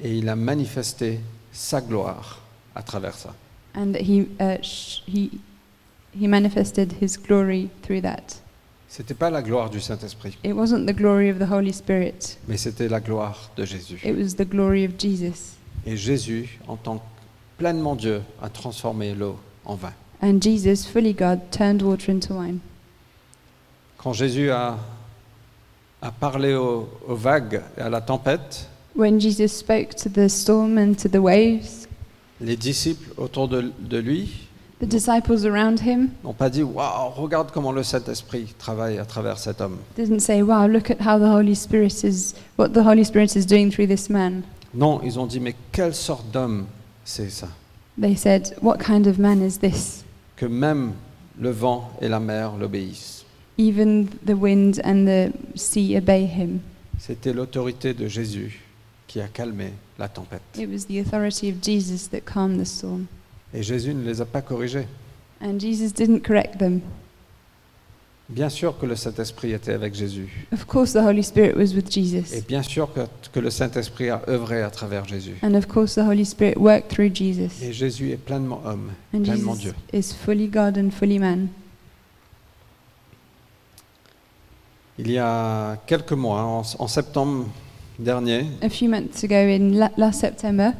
S1: Et il a manifesté sa gloire à travers ça.
S2: and that he, uh, sh- he, he manifested his glory through that.
S1: C'était pas la gloire du Saint-Esprit,
S2: It wasn't the glory of the Holy Spirit,
S1: mais c'était la gloire de Jésus.
S2: it was the glory of Jesus.
S1: Et Jésus, en tant que pleinement Dieu, a transformé l'eau en vin.
S2: And Jesus, fully God, turned water into wine.
S1: Quand Jésus a, a parlé aux, aux vagues et à la tempête,
S2: When Jesus spoke to the storm and to the waves,
S1: les disciples autour de, de lui
S2: the disciples around him
S1: n'ont pas dit Waouh, regarde comment le Saint-Esprit travaille à travers cet homme.
S2: didn't say, Wow, look at how the Holy Spirit is, what the Holy Spirit is doing through this man.
S1: Non, ils ont dit Mais quelle sorte d'homme c'est ça
S2: They said, What kind of man is this?
S1: Que même le vent et la mer l'obéissent.
S2: Even the wind and the sea obey him.
S1: C'était l'autorité de Jésus qui a calmé la tempête.
S2: It was the authority of Jesus that calmed the storm.
S1: Et Jésus ne les a pas corrigés.
S2: And Jesus didn't correct them.
S1: Bien sûr que le Saint-Esprit était avec Jésus.
S2: Of course, the Holy Spirit was with
S1: Et
S2: Jesus.
S1: bien sûr que, que le Saint-Esprit a œuvré à travers Jésus.
S2: And of course, the Holy Spirit worked through Jesus.
S1: Et Jésus est pleinement homme,
S2: And
S1: pleinement
S2: Jesus
S1: Dieu.
S2: is fully God and fully man.
S1: Il y a quelques mois, en, en septembre dernier,
S2: A few months ago, in la- last September,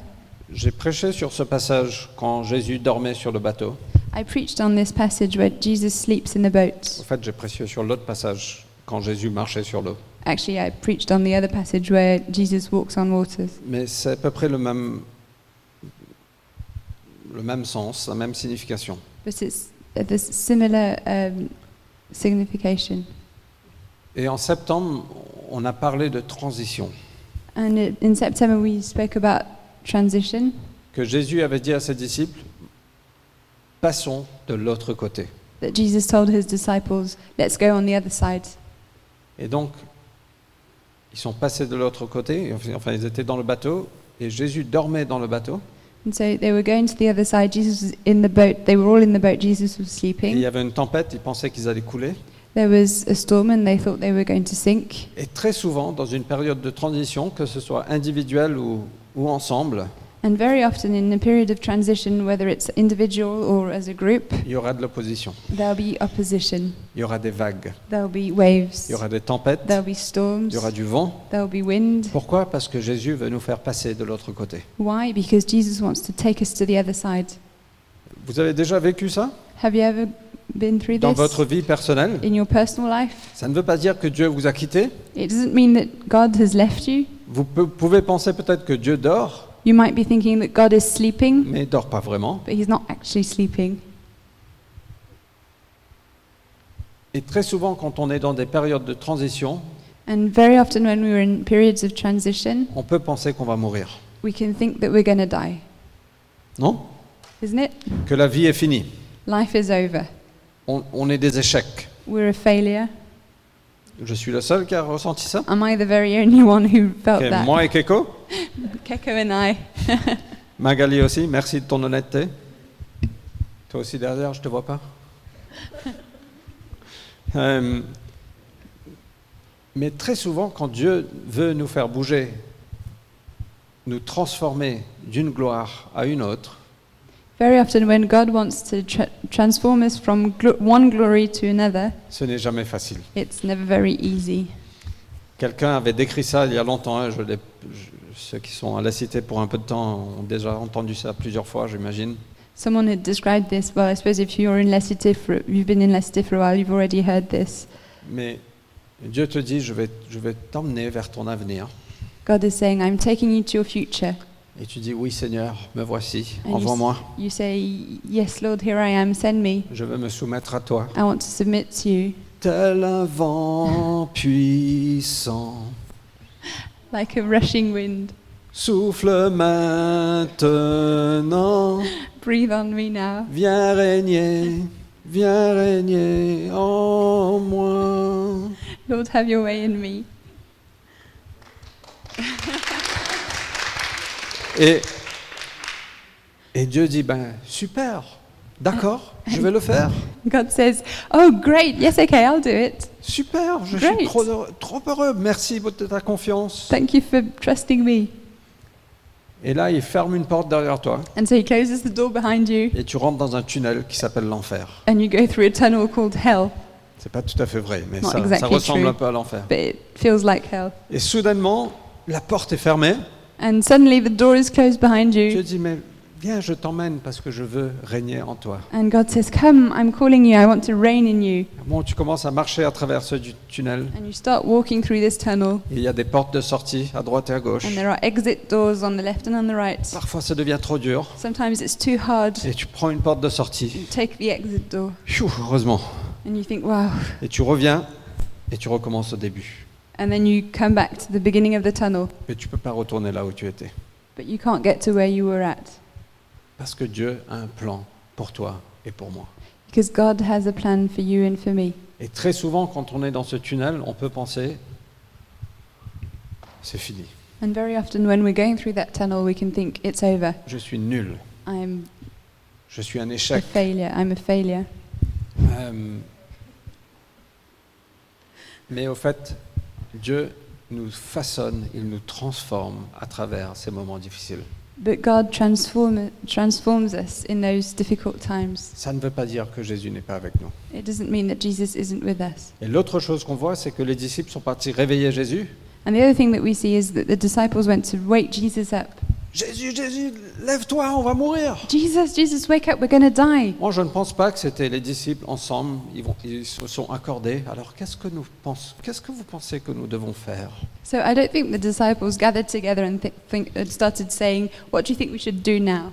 S1: j'ai prêché sur ce passage quand Jésus dormait sur le bateau.
S2: I preached on this passage where Jesus sleeps in the
S1: En
S2: boat.
S1: fait, j'ai prêché sur l'autre passage quand Jésus marchait sur l'eau.
S2: Actually, I preached on the other passage where Jesus walks on waters.
S1: Mais c'est à peu près le même, le même sens, la même signification.
S2: But it's uh, there's similar um, signification.
S1: Et en septembre, on a parlé de transition.
S2: And it, in September, we spoke about transition,
S1: que Jésus avait dit à ses disciples, passons de l'autre côté.
S2: that Jesus told his disciples, let's go on the other side.
S1: Et donc, ils sont passés de l'autre côté, enfin ils étaient dans le bateau, et Jésus dormait dans le bateau,
S2: And so they were going to the other side. Jesus was in the boat. They were all in the boat. Jesus
S1: et
S2: was
S1: il y
S2: sleeping.
S1: avait une tempête, ils pensaient qu'ils allaient couler.
S2: There was a storm, and they thought they were going to sink.
S1: Et très souvent, dans une période de transition, que ce soit individuelle ou, ou ensemble,
S2: And very often, in a period of transition, whether it's individual or as a group,
S1: il y aura de l'opposition,
S2: there'll be opposition,
S1: il y aura des vagues,
S2: there'll be waves,
S1: il y aura des tempêtes,
S2: there'll be storms,
S1: il y aura du vent.
S2: there'll be wind.
S1: Pourquoi Parce que Jésus veut nous faire passer de l'autre côté.
S2: Why? Because Jesus wants to take us to the other side.
S1: Vous avez déjà vécu ça
S2: Have you ever been through
S1: dans
S2: this
S1: votre vie personnelle
S2: in your personal life?
S1: Ça ne veut pas dire que Dieu vous a quitté.
S2: It doesn't mean that God has left you.
S1: Vous pe- pouvez penser peut-être que Dieu dort,
S2: You might be thinking that God is sleeping,
S1: mais il dort pas vraiment.
S2: but He's not actually sleeping.
S1: Et très souvent, quand on est dans des périodes de transition,
S2: And very often, when we're in periods of transition,
S1: on peut penser qu'on va mourir,
S2: we can think that we're going to die,
S1: non
S2: isn't it?
S1: Que la vie est finie.
S2: Life is over.
S1: On, on est des échecs.
S2: We're a failure.
S1: Je suis le seul qui a ressenti ça
S2: Am I the very only one who felt
S1: Ok,
S2: that?
S1: Moi et Keiko
S2: Keko and I.
S1: Magali aussi, merci de ton honnêteté. Toi aussi derrière, je te vois pas. Euh, mais très souvent, quand Dieu veut nous faire bouger, nous transformer d'une gloire à une autre,
S2: Very often, when God wants to tra- transform us from gl- one glory to another,
S1: ce n'est jamais facile.
S2: it's never very easy.
S1: Quelqu'un avait décrit ça il y a longtemps. hein, je l'ai- je- ceux qui sont à la cité pour un peu de temps ont déjà entendu ça plusieurs fois, j'imagine.
S2: Someone had described this. Well, I suppose if you're in La Cité for, you've been in La Cité for a while, you've already heard this.
S1: Mais Dieu te dit, je vais, je vais t'emmener vers ton avenir.
S2: God is saying, "I'm taking you to your future."
S1: Et tu dis, oui Seigneur, me voici,
S2: And you
S1: envoie-moi.
S2: You say, "Yes, Lord, here I am. Send me.
S1: Je veux me soumettre à toi.
S2: I want to submit to you."
S1: Tel un vent puissant
S2: Like a rushing wind,
S1: souffle maintenant,
S2: breathe on me now.
S1: viens régner, viens régner en moi.
S2: Lord, have your way in me.
S1: Et, Et Dieu dit, ben super, d'accord, je vais le faire.
S2: God says, Oh, great. Yes, okay, I'll do it.
S1: Super, je suis
S2: Great.
S1: trop heureux, trop heureux. Merci de ta confiance.
S2: Thank you for trusting me.
S1: Et là, il ferme une porte derrière toi
S2: And so he closes the door behind you
S1: et tu rentres dans un tunnel qui s'appelle l'enfer.
S2: and you go through a tunnel called hell,
S1: C'est pas tout à fait vrai, mais
S2: Not
S1: ça, ça
S2: exactly
S1: ressemble
S2: true.
S1: un peu à l'enfer.
S2: but it feels like hell.
S1: Et soudainement, la porte est fermée.
S2: And suddenly the door is closed behind
S1: Dieu
S2: you
S1: dit, mais viens, je t'emmène parce que je veux régner en toi.
S2: and God says, Come, I'm calling you. I want to reign in you.
S1: Bon, tu commences à marcher à travers ce du tunnel.
S2: And you start walking through this tunnel
S1: Il y a des portes de sortie à droite et à gauche.
S2: and there are exit doors on the left and on the right.
S1: Parfois, ça devient trop dur.
S2: Sometimes it's too hard.
S1: Et tu prends une porte de sortie.
S2: You take the exit door
S1: Pfiou, heureusement.
S2: and you think, Wow.
S1: Et tu reviens et tu recommences au début.
S2: And then you come back to the beginning of the tunnel,
S1: Mais tu peux pas retourner là où tu étais.
S2: but you can't get to where you were at
S1: Parce que Dieu a un plan pour toi et pour moi.
S2: because God has a plan for you and for me.
S1: Et très souvent, quand on est dans ce tunnel, on peut penser, c'est fini,
S2: And very often, when we're going through that tunnel, we can think, it's over.
S1: je suis nul,
S2: I'm
S1: je suis un
S2: a
S1: échec.
S2: failure. I'm a failure.
S1: Euh, mais au fait, Dieu nous façonne, il nous transforme à travers ces moments difficiles.
S2: But God transform, transforms us in those difficult times.
S1: Ça ne veut pas dire que Jésus n'est pas avec nous.
S2: It doesn't mean that Jesus isn't with us.
S1: Et l'autre chose qu'on voit, c'est que les disciples sont partis réveiller Jésus.
S2: And the other thing that we see is that the disciples went to wake Jesus up.
S1: Jésus, Jésus, lève-toi, on va mourir.
S2: Jesus, Jesus, wake up, we're going to die.
S1: Moi, je ne pense pas que c'était les disciples ensemble, ils, vont- ils se sont accordés. Alors, qu'est-ce que, nous pense- qu'est-ce que vous pensez que nous devons faire
S2: So I don't think the disciples gathered together and th- think, and started saying, What do you think we should do now?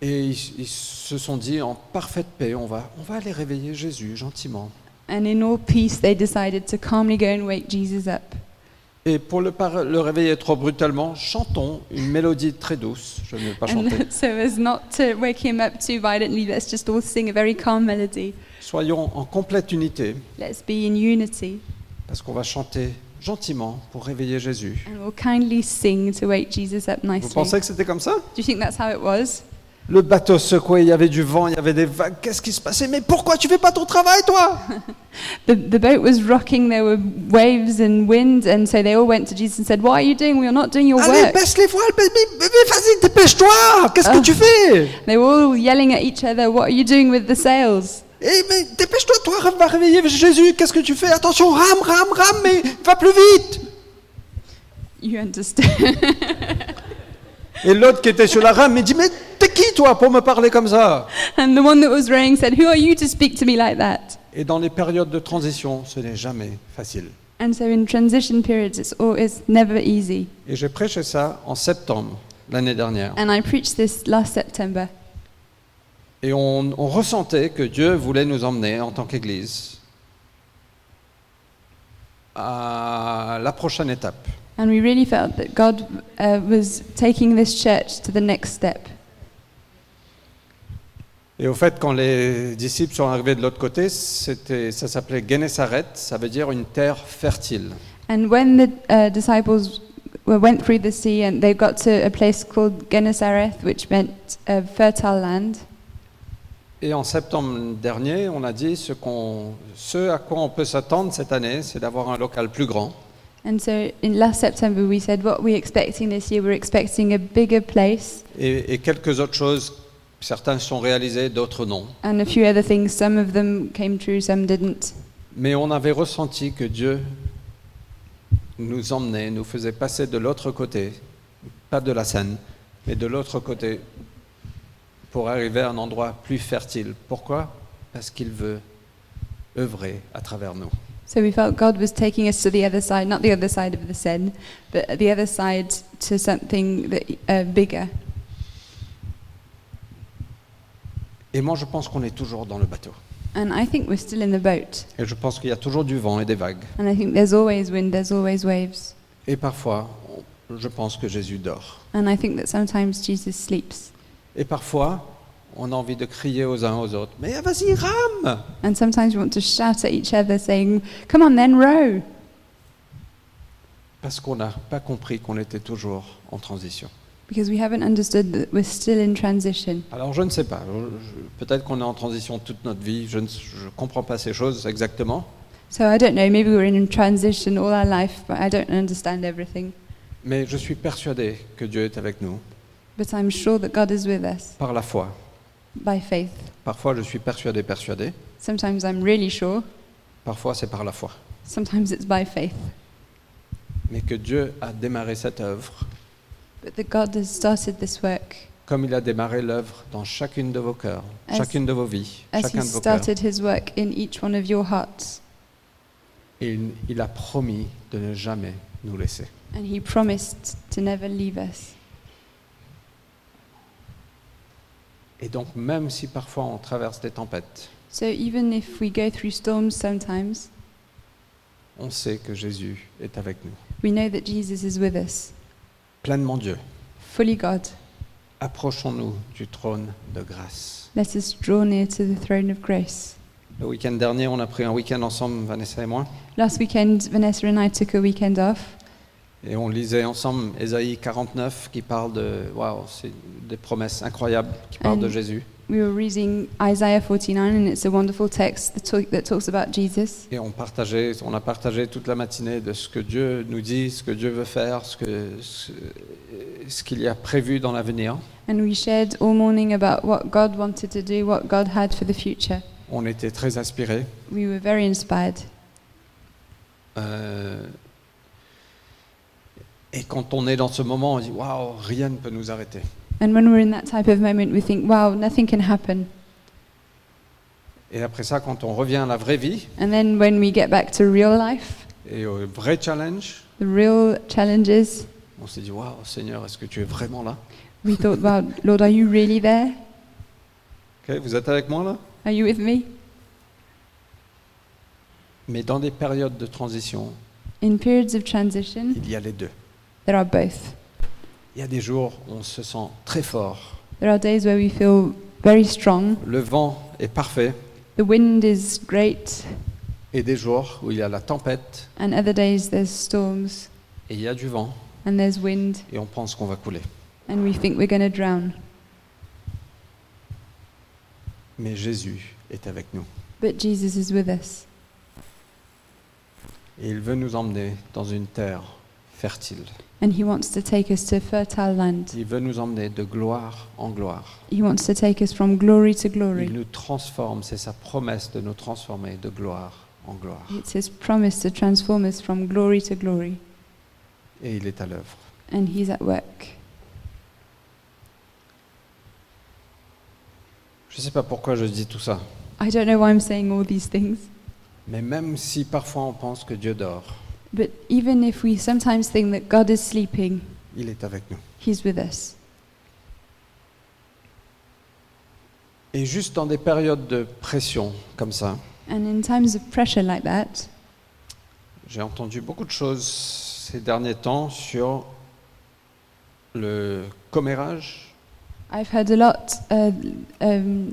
S1: Et ils, ils se sont dit en parfaite paix, on va, on va aller réveiller Jésus gentiment.
S2: And in all peace, they decided to calmly go and wake Jesus up.
S1: Et pour le, par- le réveiller trop brutalement, chantons une mélodie très douce. Je ne vais pas chanter.
S2: And [laughs] so as not to wake him up too violently, let's just all sing a very calm melody.
S1: Soyons en complète unité,
S2: Let's be in unity,
S1: parce qu'on va chanter gentiment pour réveiller Jésus.
S2: and we'll kindly sing to wake Jesus up
S1: Vous
S2: nicely.
S1: pensez que c'était comme ça
S2: Do you think that's how it was?
S1: Le bateau secouait, il y avait du vent, il y avait des vagues. Qu'est-ce qui se passait Mais pourquoi tu fais pas ton travail, toi
S2: The, the boat was rocking, there were waves and wind, and so they all went to Jesus and said, What are you doing? Well, you're not doing your
S1: Allez,
S2: work.
S1: baisse les voiles, mais, mais- mais- mais vas-y, dépêche-toi Qu'est-ce
S2: Ah.
S1: que tu fais
S2: They were all yelling at each other, What are you doing with the sails?
S1: Eh, mais dépêche-toi, toi, va réveiller Jésus, qu'est-ce que tu fais Attention, rame, rame, rame, mais va plus vite
S2: You understand. [laughs]
S1: Et l'autre qui était sur la rame, il dit, mais t'es qui, toi, pour me parler comme ça
S2: and the one that was rowing said, Who are you to speak to me like that?
S1: Et dans les périodes de transition, ce n'est jamais facile.
S2: And so in transition periods, it's, all, it's never easy.
S1: Et j'ai prêché ça en septembre l'année dernière.
S2: And I preached this last September.
S1: Et on, on ressentait que Dieu voulait nous emmener en tant qu'Église à la prochaine étape.
S2: And we really felt that God uh, was taking this church to the next step.
S1: Et au fait, quand les disciples sont arrivés de l'autre côté, c'était, ça s'appelait Gennesaret, ça veut dire une terre fertile.
S2: And when the uh, disciples were, went through the sea and they got to a place called Gennesareth, which meant uh, fertile land,
S1: Et en septembre dernier, on a dit ce, qu'on, ce à quoi on peut s'attendre cette année, c'est d'avoir un local plus grand.
S2: and so in last September we said what we're expecting this year, we're expecting a bigger place
S1: Et, et quelques autres choses, certains sont réalisés, d'autres non.
S2: and a few other things. Some of them came true, some didn't.
S1: Mais on avait ressenti que Dieu nous emmenait, nous faisait passer de l'autre côté, pas de la Seine, mais de l'autre côté, pour arriver à un endroit plus fertile. Pourquoi Parce qu'il veut œuvrer à travers nous.
S2: So we felt God was taking us to the other side, not the other side of the Seine, but the other side to something that, uh, bigger.
S1: Et moi, je pense qu'on est toujours dans le bateau.
S2: And I think we're still in the boat.
S1: Et je pense qu'il y a toujours du vent et des vagues.
S2: And I think there's always wind, there's always waves.
S1: Et parfois, on- je pense que Jésus dort.
S2: And I think that sometimes Jesus sleeps.
S1: Et parfois, on a envie de crier aux uns aux autres, mais vas-y, rame
S2: And sometimes we want to shout at each other saying, Come on then, row!
S1: Parce qu'on n'a pas compris qu'on était toujours en transition.
S2: because we haven't understood that we're still in transition.
S1: Alors je ne sais pas, Je- peut-être qu'on est en transition toute notre vie, je ne je comprends pas ces choses exactement,
S2: So I don't know, maybe we're in transition all our life, but I don't understand everything.
S1: mais je suis persuadé que Dieu est avec nous
S2: But I'm sure that God is with us
S1: par la foi.
S2: by faith.
S1: Parfois je suis persuadé, persuadé,
S2: Sometimes I'm really sure,
S1: parfois c'est par la foi.
S2: sometimes it's by faith.
S1: Mais que Dieu a démarré cette œuvre
S2: But that God has started this work
S1: comme il a démarré l'œuvre dans chacune de vos cœurs,
S2: As-
S1: chacune de vos vies,
S2: as He
S1: chacun de vos cœurs.
S2: started His work in each one of your hearts.
S1: Et il- il a promis de ne jamais nous laisser.
S2: And He promised to never leave us.
S1: Et donc même si parfois on traverse des tempêtes,
S2: So even if we go through storms sometimes,
S1: on sait que Jésus est avec nous.
S2: we know that Jesus is with us,
S1: Pleinement Dieu.
S2: fully God.
S1: Approchons-nous du trône de grâce.
S2: Let us draw near to the throne of grace.
S1: Le week-end dernier, on a pris un week-end ensemble, Vanessa et moi,
S2: Last weekend, Vanessa and I took a weekend off,
S1: et on lisait ensemble Ésaïe 49 qui parle de, waouh, c'est des promesses incroyables qui parlent de
S2: Amen.
S1: Jésus.
S2: We were reading Isaiah 49, and it's a wonderful text that, talk, that talks about Jesus.
S1: Et on partageait, on a partagé toute la matinée de ce que Dieu nous dit, ce que Dieu veut faire, ce que- ce- ce qu'il y a prévu dans l'avenir.
S2: And we shared all morning about what God wanted to do, what God had for the future.
S1: On était très inspirés.
S2: We were very inspired.
S1: Euh, et quand on est dans ce moment, on dit waouh, rien ne peut nous arrêter.
S2: And when we're in that type of moment, we think, wow, nothing can happen.
S1: Et après ça, quand on revient à la vraie vie
S2: And then when we get back to real life,
S1: et au vrai challenge,
S2: the real challenges,
S1: on s'est dit waouh, Seigneur, est-ce que tu es vraiment là
S2: we thought, wow, Lord, are you really there?
S1: Ok, Vous êtes avec moi là
S2: Are you with me?
S1: Mais dans des périodes de transition,
S2: In periods of transition,
S1: il y a les deux.
S2: there are both.
S1: Il y a des jours où on se sent très fort.
S2: There are days where we feel very strong,
S1: Le vent est parfait.
S2: the wind is great,
S1: et des jours où il y a la tempête
S2: and other days there's storms
S1: et il y a du vent
S2: and there's wind,
S1: et on pense qu'on va couler.
S2: and we think we're going to drown.
S1: Mais Jésus est avec nous
S2: But Jesus is with us,
S1: et il veut nous emmener dans une terre fertile.
S2: and He wants to take us to fertile land.
S1: Il veut nous emmener de gloire en gloire.
S2: He wants to take us from glory to
S1: Il
S2: glory.
S1: nous transforme, c'est sa promesse de nous transformer de gloire en gloire.
S2: It's His promise to transform us from glory to glory,
S1: Et il est à l'œuvre.
S2: and He's at work.
S1: Je ne sais pas pourquoi je dis tout ça,
S2: I don't know why I'm saying all these things,
S1: mais même si parfois on pense que Dieu dort,
S2: but even if we sometimes think that God is sleeping,
S1: il est avec nous.
S2: He's with us.
S1: Et juste dans des périodes de pression comme ça,
S2: And in times of pressure like that,
S1: J'ai entendu beaucoup de choses ces derniers temps sur le commérage,
S2: I've heard a lot uh, um,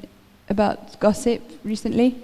S2: about gossip recently.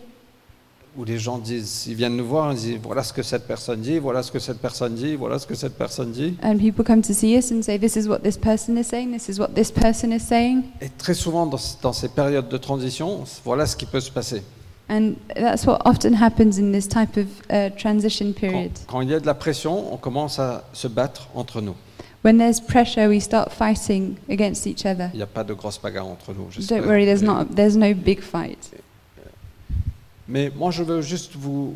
S1: où les gens disent, ils viennent nous voir, ils disent voilà ce que cette personne dit, voilà ce que cette personne dit, voilà ce que cette personne dit.
S2: And people come to see us and say, This is what this person is saying, this is what this person is saying.
S1: Et très souvent dans, dans ces périodes de transition, voilà ce qui peut se passer.
S2: And that's what often happens in this type of uh, transition
S1: Quand,
S2: period.
S1: quand il y a de la pression, on commence à se battre entre nous.
S2: When there's pressure, we start fighting against each other.
S1: Il n'y a pas de grosse bagarre entre nous. j'espère.
S2: Don't worry, there's, not, there's no big fight.
S1: Mais moi, je veux juste vous,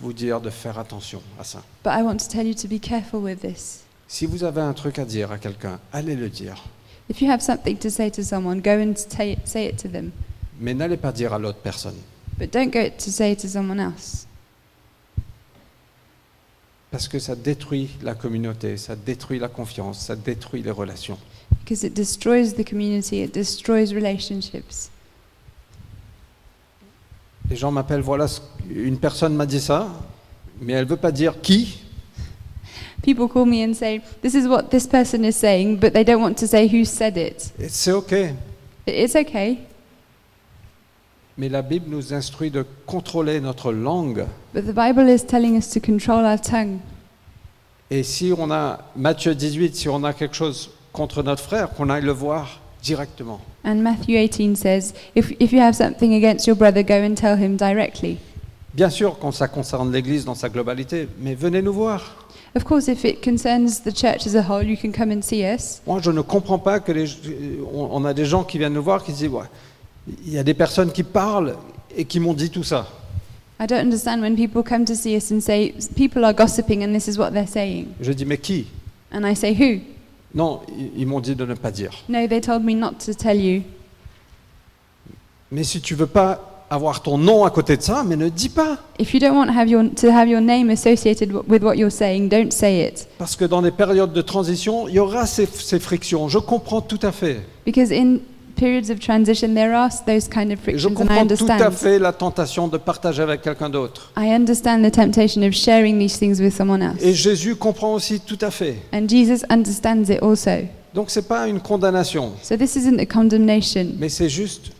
S1: vous dire de faire attention à ça.
S2: But I want to tell you to be careful with this.
S1: Si vous avez un truc à dire à quelqu'un, allez le dire.
S2: If you have something to say to someone, go and ta- say it to them.
S1: Mais n'allez pas dire à l'autre personne.
S2: But don't go to say it to someone else.
S1: Parce que ça détruit la communauté, ça détruit la confiance, ça détruit les relations.
S2: because it destroys the community, it destroys relationships.
S1: Les gens m'appellent, voilà, ce- une personne m'a dit ça, mais elle veut pas dire qui.
S2: People call me and say, This is what this person is saying, but they don't want to say who said it.
S1: Et C'est OK.
S2: I- It's okay,
S1: Mais la Bible nous instruit de contrôler notre langue.
S2: but the Bible is telling us to control our tongue.
S1: Et si on a Matthieu 18, si on a quelque chose contre notre frère, qu'on aille le voir directement.
S2: And Matthew 18 says, if, if you have something against your brother, go and tell him directly.
S1: Bien sûr, quand ça concerne l'Église dans sa globalité, mais venez nous voir.
S2: Of course, if it concerns the church as a whole, you can come and see us.
S1: Moi, je ne comprends pas que les, on, on a des gens qui viennent nous voir qui disent, ouais, il y a des personnes qui parlent et qui m'ont dit tout ça.
S2: I don't understand when people come to see us and say, people are gossiping and this is what they're saying.
S1: Je dis, mais qui
S2: And I say, who?
S1: Non, ils- ils m'ont dit de ne pas dire.
S2: No, they told me not to tell you.
S1: Mais si tu veux pas avoir ton nom à côté de ça, mais ne dis pas.
S2: If you don't want to have your, to have your name associated w- with what you're saying, don't say it.
S1: Parce que dans des périodes de transition, il y aura ces, ces frictions. Je comprends tout à fait.
S2: Because in periods of transition, there are those kind of
S1: Et je
S2: frictions, and I
S1: comprends tout à
S2: understand.
S1: fait la tentation de partager avec quelqu'un d'autre.
S2: I understand the temptation of sharing these things with someone else.
S1: Et Jésus comprend aussi tout à fait.
S2: And Jesus understands it also.
S1: Donc ce n'est pas une condamnation,
S2: So this isn't a condemnation,
S1: mais c'est juste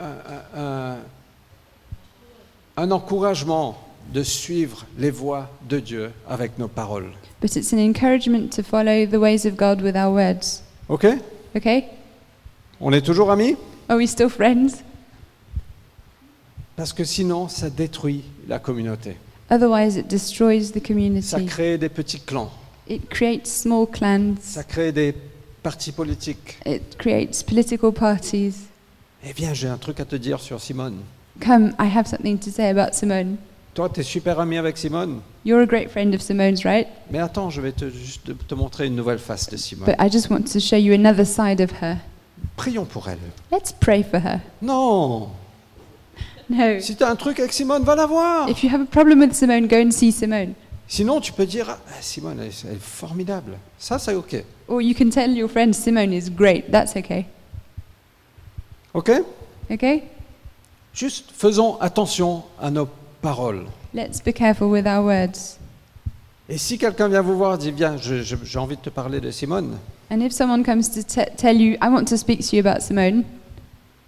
S1: un, un- un- un encouragement de suivre les voies de Dieu avec nos paroles.
S2: but it's an encouragement to follow the ways of God with our words.
S1: OK
S2: Okay?
S1: On est toujours amis
S2: Are we still friends?
S1: Parce que sinon, ça détruit la communauté.
S2: Otherwise, it destroys
S1: Ça
S2: the community.
S1: crée des petits clans,
S2: It creates small clans.
S1: ça crée des partis politiques.
S2: It creates political parties.
S1: Eh bien, j'ai un truc à te dire sur Simone.
S2: Come, I have something to say about Simone.
S1: Toi, tu es super ami avec Simone,
S2: You're a great friend of Simone's, right?
S1: mais attends, je vais te, juste te- te montrer une nouvelle face de Simone.
S2: But I just want to show you another side of her.
S1: Prions pour elle.
S2: Let's pray for her.
S1: Non
S2: No.
S1: Si tu as un truc avec Simone, va la voir
S2: If you have a problem with Simone, go and see Simone.
S1: Sinon, tu peux dire Ah, Simone, elle, elle est formidable. Ça, c'est OK.
S2: Or you can tell your friend Simone is great. That's okay.
S1: OK
S2: Okay?
S1: Juste faisons attention à nos paroles.
S2: Let's be careful with our words.
S1: Et si quelqu'un vient vous voir et dit Viens, je- je- j'ai envie de te parler de Simone,
S2: And if someone comes to t- tell you, I want to speak to you about Simone,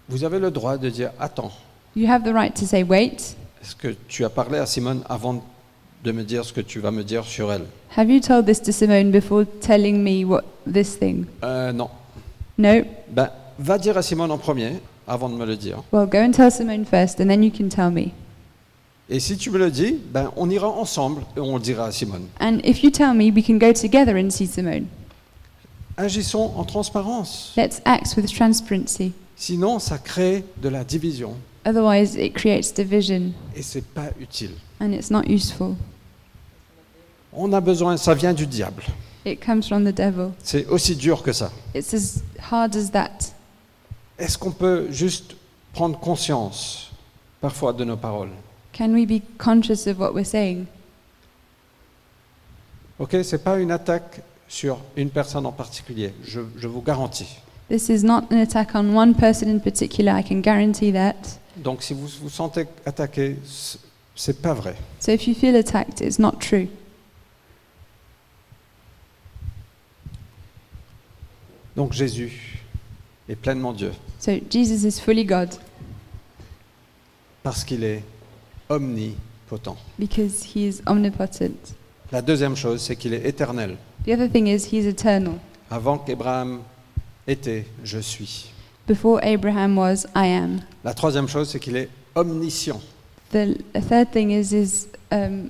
S1: vous avez le droit de dire Attends,
S2: you have the right to say, wait.
S1: est-ce que tu as parlé à Simone avant de me dire ce que tu vas me dire sur elle
S2: Have you told this to Simone before telling me what this thing?
S1: Euh, non.
S2: No.
S1: Ben, va dire à Simone en premier, avant de me le dire.
S2: Well, go and tell Simone first, and then you can tell me.
S1: Et si tu me le dis, ben, on ira ensemble et on le dira à Simone.
S2: And if you tell me, we can go together and see Simone.
S1: Agissons en transparence.
S2: Let's act with transparency.
S1: Sinon, ça crée de la division
S2: Otherwise, it creates division
S1: et c'est pas utile.
S2: and it's not useful.
S1: On a besoin, ça vient du diable.
S2: It comes from the devil.
S1: C'est aussi dur que ça.
S2: It's as hard as that.
S1: Est-ce qu'on peut juste prendre conscience parfois de nos paroles
S2: Can we be conscious of what we're saying?
S1: Ok, c'est pas une attaque sur une personne en particulier. Je, je vous garantis.
S2: This is not an attack on one person in particular, I can guarantee that.
S1: Donc, si vous vous sentez attaqué, c'est- c'est pas vrai.
S2: So if you feel attacked, it's not true.
S1: Donc, Jésus est pleinement Dieu
S2: So Jesus is fully God
S1: parce qu'il est omnipotent.
S2: because he is omnipotent.
S1: La deuxième chose, c'est qu'il est éternel.
S2: The other thing is he's eternal.
S1: Avant qu'Abraham était, je suis.
S2: Before Abraham was, I am.
S1: La troisième chose, c'est qu'il est omniscient,
S2: The l- third thing is is um,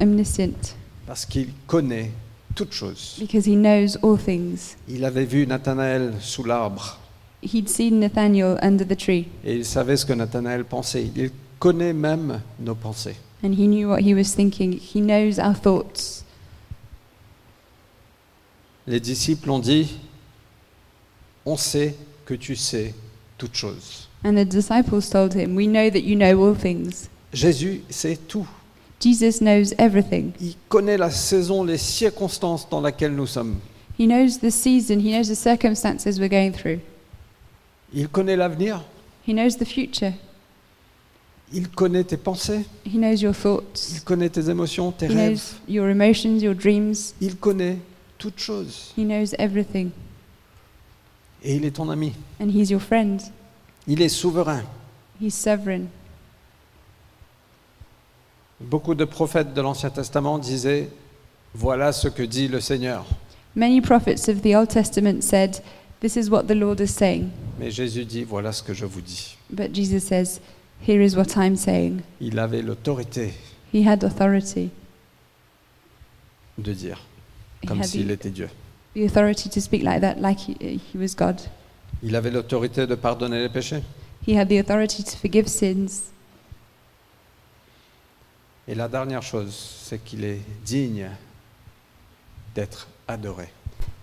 S2: omniscient
S1: parce qu'il connaît toutes choses.
S2: because he knows all things.
S1: Il avait vu Nathanaël sous l'arbre,
S2: He'd seen Nathaniel under the tree
S1: et il savait ce que Nathanaël pensait. Il connaît même nos pensées.
S2: and he knew what he was thinking. He knows our thoughts.
S1: Les disciples ont dit, on sait que tu sais toutes choses.
S2: And the disciples told him, We know that you know all things.
S1: Jésus sait tout.
S2: Jesus knows everything.
S1: Il connaît la saison, les circonstances dans lesquelles nous sommes.
S2: He knows the season, he knows the circumstances we're going through,
S1: Il connaît l'avenir.
S2: he knows the future,
S1: Il connaît tes pensées.
S2: he knows your
S1: Il
S2: thoughts,
S1: connaît tes émotions, tes
S2: he
S1: rêves.
S2: knows your emotions, your dreams,
S1: Il connaît toutes choses.
S2: he knows everything.
S1: Et il est ton ami.
S2: And he's your friend,
S1: Il est souverain.
S2: he's sovereign.
S1: Beaucoup de prophètes de l'Ancien Testament disaient, voilà ce que dit le Seigneur.
S2: Many prophets of the Old Testament said, This is what the Lord is saying.
S1: Mais Jésus dit, voilà ce que je vous dis.
S2: But Jesus says, Here is what I'm saying.
S1: Il avait l'autorité
S2: He had authority.
S1: de dire,
S2: He
S1: comme
S2: had
S1: s'il
S2: the,
S1: était Dieu.
S2: the authority to speak like that, like he, he was God.
S1: Il avait l'autorité de pardonner les péchés.
S2: He had the authority to forgive sins.
S1: Et la dernière chose, c'est qu'il est digne d'être adoré.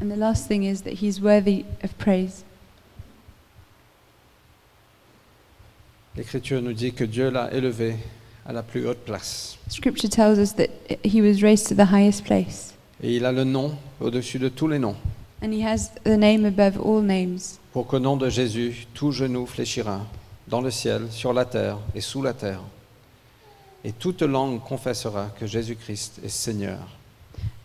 S2: And the last thing is that he's worthy of praise.
S1: L'Écriture nous dit que Dieu l'a élevé à la plus haute place.
S2: Scripture tells us that he was raised to the highest place,
S1: Et il a le nom au-dessus de tous les noms,
S2: and he has the name above all names,
S1: pour qu'au nom de Jésus, tout genou fléchira, dans le ciel, sur la terre et sous la terre. Et toute langue confessera que Jésus-Christ est Seigneur,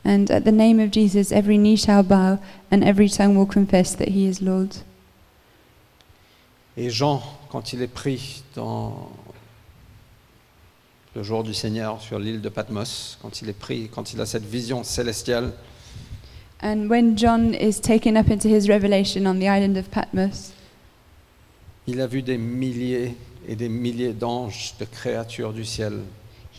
S2: and at the name of Jesus every knee shall bow, and every tongue will confess that he is Lord.
S1: Et Jean, quand il est pris dans le jour du Seigneur sur l'île de Patmos, quand il est pris, quand il a cette vision célestiale,
S2: And when John is taken up into his revelation on the island of Patmos,
S1: il a vu des milliers et des milliers d'anges, de créatures du ciel,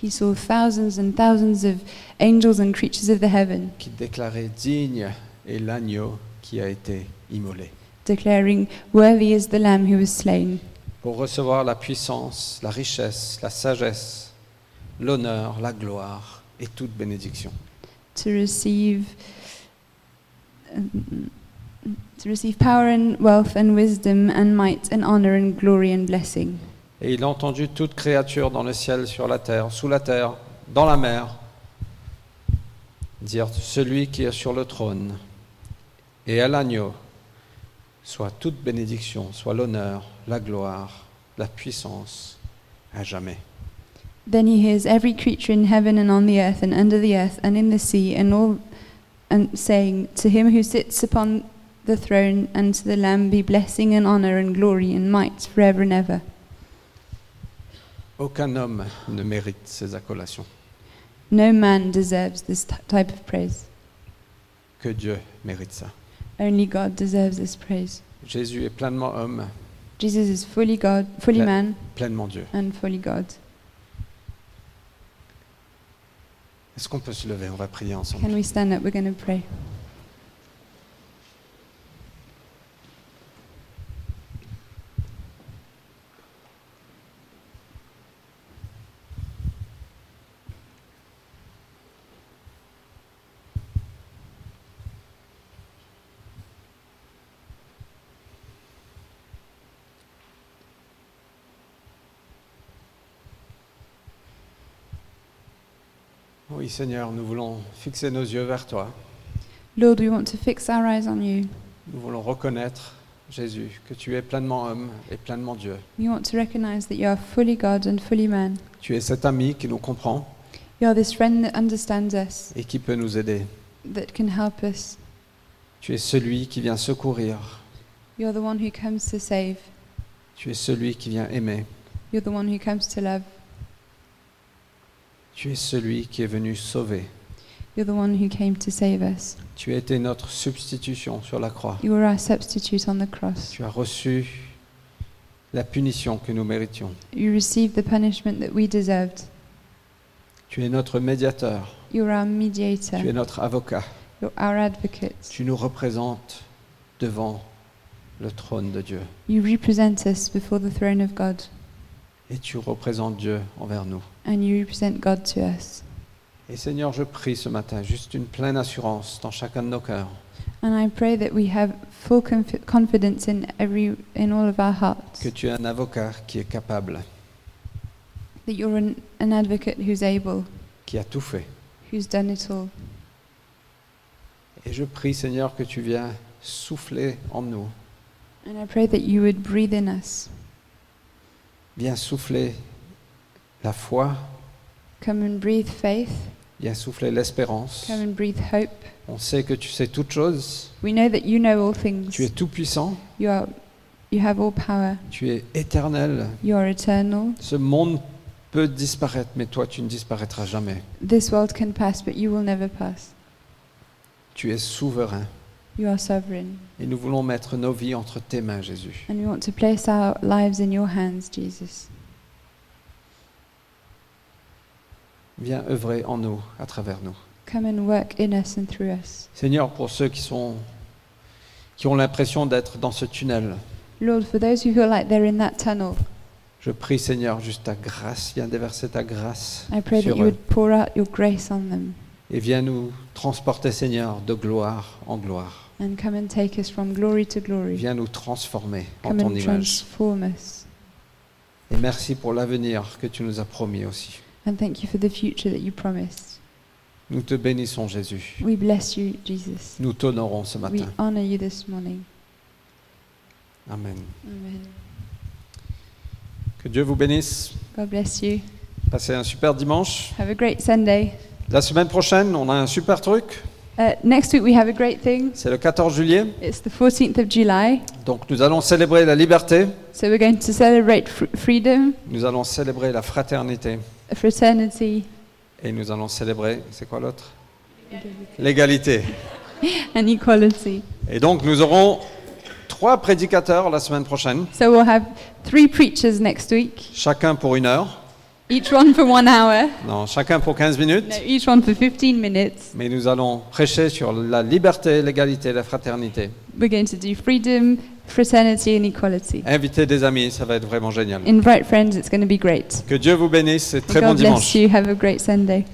S2: he saw thousands and thousands of angels and creatures of the heaven
S1: qui déclaraient digne et l'agneau qui a été immolé,
S2: declaring, Worthy is the Lamb who was slain,
S1: pour recevoir la puissance, la richesse, la sagesse, l'honneur, la gloire et toute bénédiction.
S2: to receive. um, to receive power and wealth and wisdom and might and honor and glory and blessing.
S1: Et il a entendu toute créature dans le ciel, sur la terre, sous la terre, dans la mer, dire Celui qui est sur le trône et à l'agneau, soit toute bénédiction, soit l'honneur, la gloire, la puissance, à jamais.
S2: Then he hears every creature in heaven and on the earth and under the earth and in the sea and all and saying to him who sits upon the throne and to the lamb be blessing and honor and glory and might forever and ever.
S1: Aucun homme ne mérite ces accolations
S2: No man deserves this t- type of praise.
S1: que Dieu mérite ça.
S2: Only God deserves this praise.
S1: Jésus est pleinement homme,
S2: Jesus is fully God, fully
S1: Yeah.
S2: man
S1: pleinement Dieu.
S2: and fully God.
S1: Est-ce qu'on peut se lever On va prier ensemble.
S2: Can we stand up? We're going to pray.
S1: Oui Seigneur, nous voulons fixer nos yeux vers toi.
S2: Lord, we want to fix our eyes on you.
S1: Nous voulons reconnaître, Jésus, que tu es pleinement homme et pleinement Dieu.
S2: We want to recognize that you are fully God and fully man.
S1: Tu es cet ami qui nous comprend
S2: You are this friend that understands us,
S1: et qui peut nous aider.
S2: that can help us.
S1: Tu es celui qui vient secourir.
S2: You're the one who comes to save.
S1: Tu es celui qui vient aimer.
S2: You're the one who comes to love.
S1: Tu es celui qui est venu sauver.
S2: You're the one who came to save us.
S1: Tu as été notre substitution sur la croix.
S2: You were our substitute on the cross.
S1: Tu as reçu la punition que nous méritions.
S2: You received the punishment that we deserved.
S1: Tu es notre médiateur.
S2: You are our
S1: Tu es
S2: mediator.
S1: notre avocat.
S2: You're our advocate.
S1: Tu nous représentes devant le trône de Dieu.
S2: You represent us before the throne of God,
S1: Et tu représentes Dieu envers nous.
S2: and you represent God to us.
S1: Et Seigneur, je prie ce matin juste une pleine assurance dans chacun de nos cœurs
S2: And I pray that we have full conf- confidence in every, in all of our hearts,
S1: que tu es un avocat qui est capable,
S2: that you're an, an advocate who's able,
S1: qui a tout fait.
S2: who's done it all.
S1: Et je prie Seigneur que tu viens souffler en nous,
S2: And I pray that you would breathe in us.
S1: viens souffler la foi,
S2: Come and breathe faith.
S1: viens souffler l'espérance.
S2: Come and breathe hope.
S1: On sait que tu sais toutes choses,
S2: We know that you know all
S1: tu es
S2: things.
S1: tout puissant,
S2: You are, you have all power.
S1: tu es éternel.
S2: You are eternal.
S1: Ce monde peut disparaître, mais toi tu ne disparaîtras jamais.
S2: This world can pass, but you will never pass.
S1: Tu es souverain.
S2: You are sovereign.
S1: Et nous voulons mettre nos vies entre tes mains, Jésus.
S2: And we want to place our lives in your hands, Jesus.
S1: Viens œuvrer en nous, à travers nous.
S2: Come and work in us and through us.
S1: Seigneur, pour ceux qui, sont, qui ont l'impression d'être dans ce tunnel,
S2: Lord, for those who feel like they're in that tunnel,
S1: je prie, Seigneur, juste ta grâce. Viens déverser ta grâce
S2: I pray that
S1: sur
S2: you
S1: eux.
S2: would pour out your grace on them
S1: Et viens nous transporter, Seigneur, de gloire en gloire.
S2: and come and take us from glory to glory.
S1: Viens nous transformer en
S2: Come
S1: ton
S2: and
S1: image.
S2: transform us.
S1: Et merci pour l'avenir que tu nous as promis aussi.
S2: And thank you for the future that you promised.
S1: Nous te bénissons, Jésus.
S2: We bless you, Jesus.
S1: Nous t'honorons ce
S2: We
S1: matin.
S2: honor you this morning.
S1: Amen.
S2: Amen.
S1: Que Dieu vous bénisse.
S2: God bless you.
S1: Passez un super dimanche.
S2: Have a great Sunday.
S1: La semaine prochaine, on a un super truc.
S2: Uh, next week we have a great thing.
S1: C'est le 14 juillet.
S2: It's the 14th of July,
S1: Donc nous allons célébrer la liberté.
S2: so we're going to celebrate fr- freedom,
S1: Nous allons célébrer la fraternité.
S2: fraternity,
S1: Et nous allons célébrer, c'est quoi l'autre L'égalité.
S2: and equality.
S1: Et donc nous aurons trois prédicateurs la semaine prochaine,
S2: So we'll have three preachers next week,
S1: chacun pour une heure.
S2: each one for one hour,
S1: Non, chacun pour 15 minutes.
S2: no, each one for 15 minutes.
S1: Mais nous allons prêcher sur la liberté, l'égalité, la fraternité.
S2: We're going to do freedom, fraternity, and equality.
S1: Invitez des amis, ça va être vraiment génial.
S2: Invite friends, it's going to be great.
S1: Que Dieu vous bénisse et très
S2: God
S1: bon
S2: bless
S1: dimanche.
S2: you. Have a great Sunday.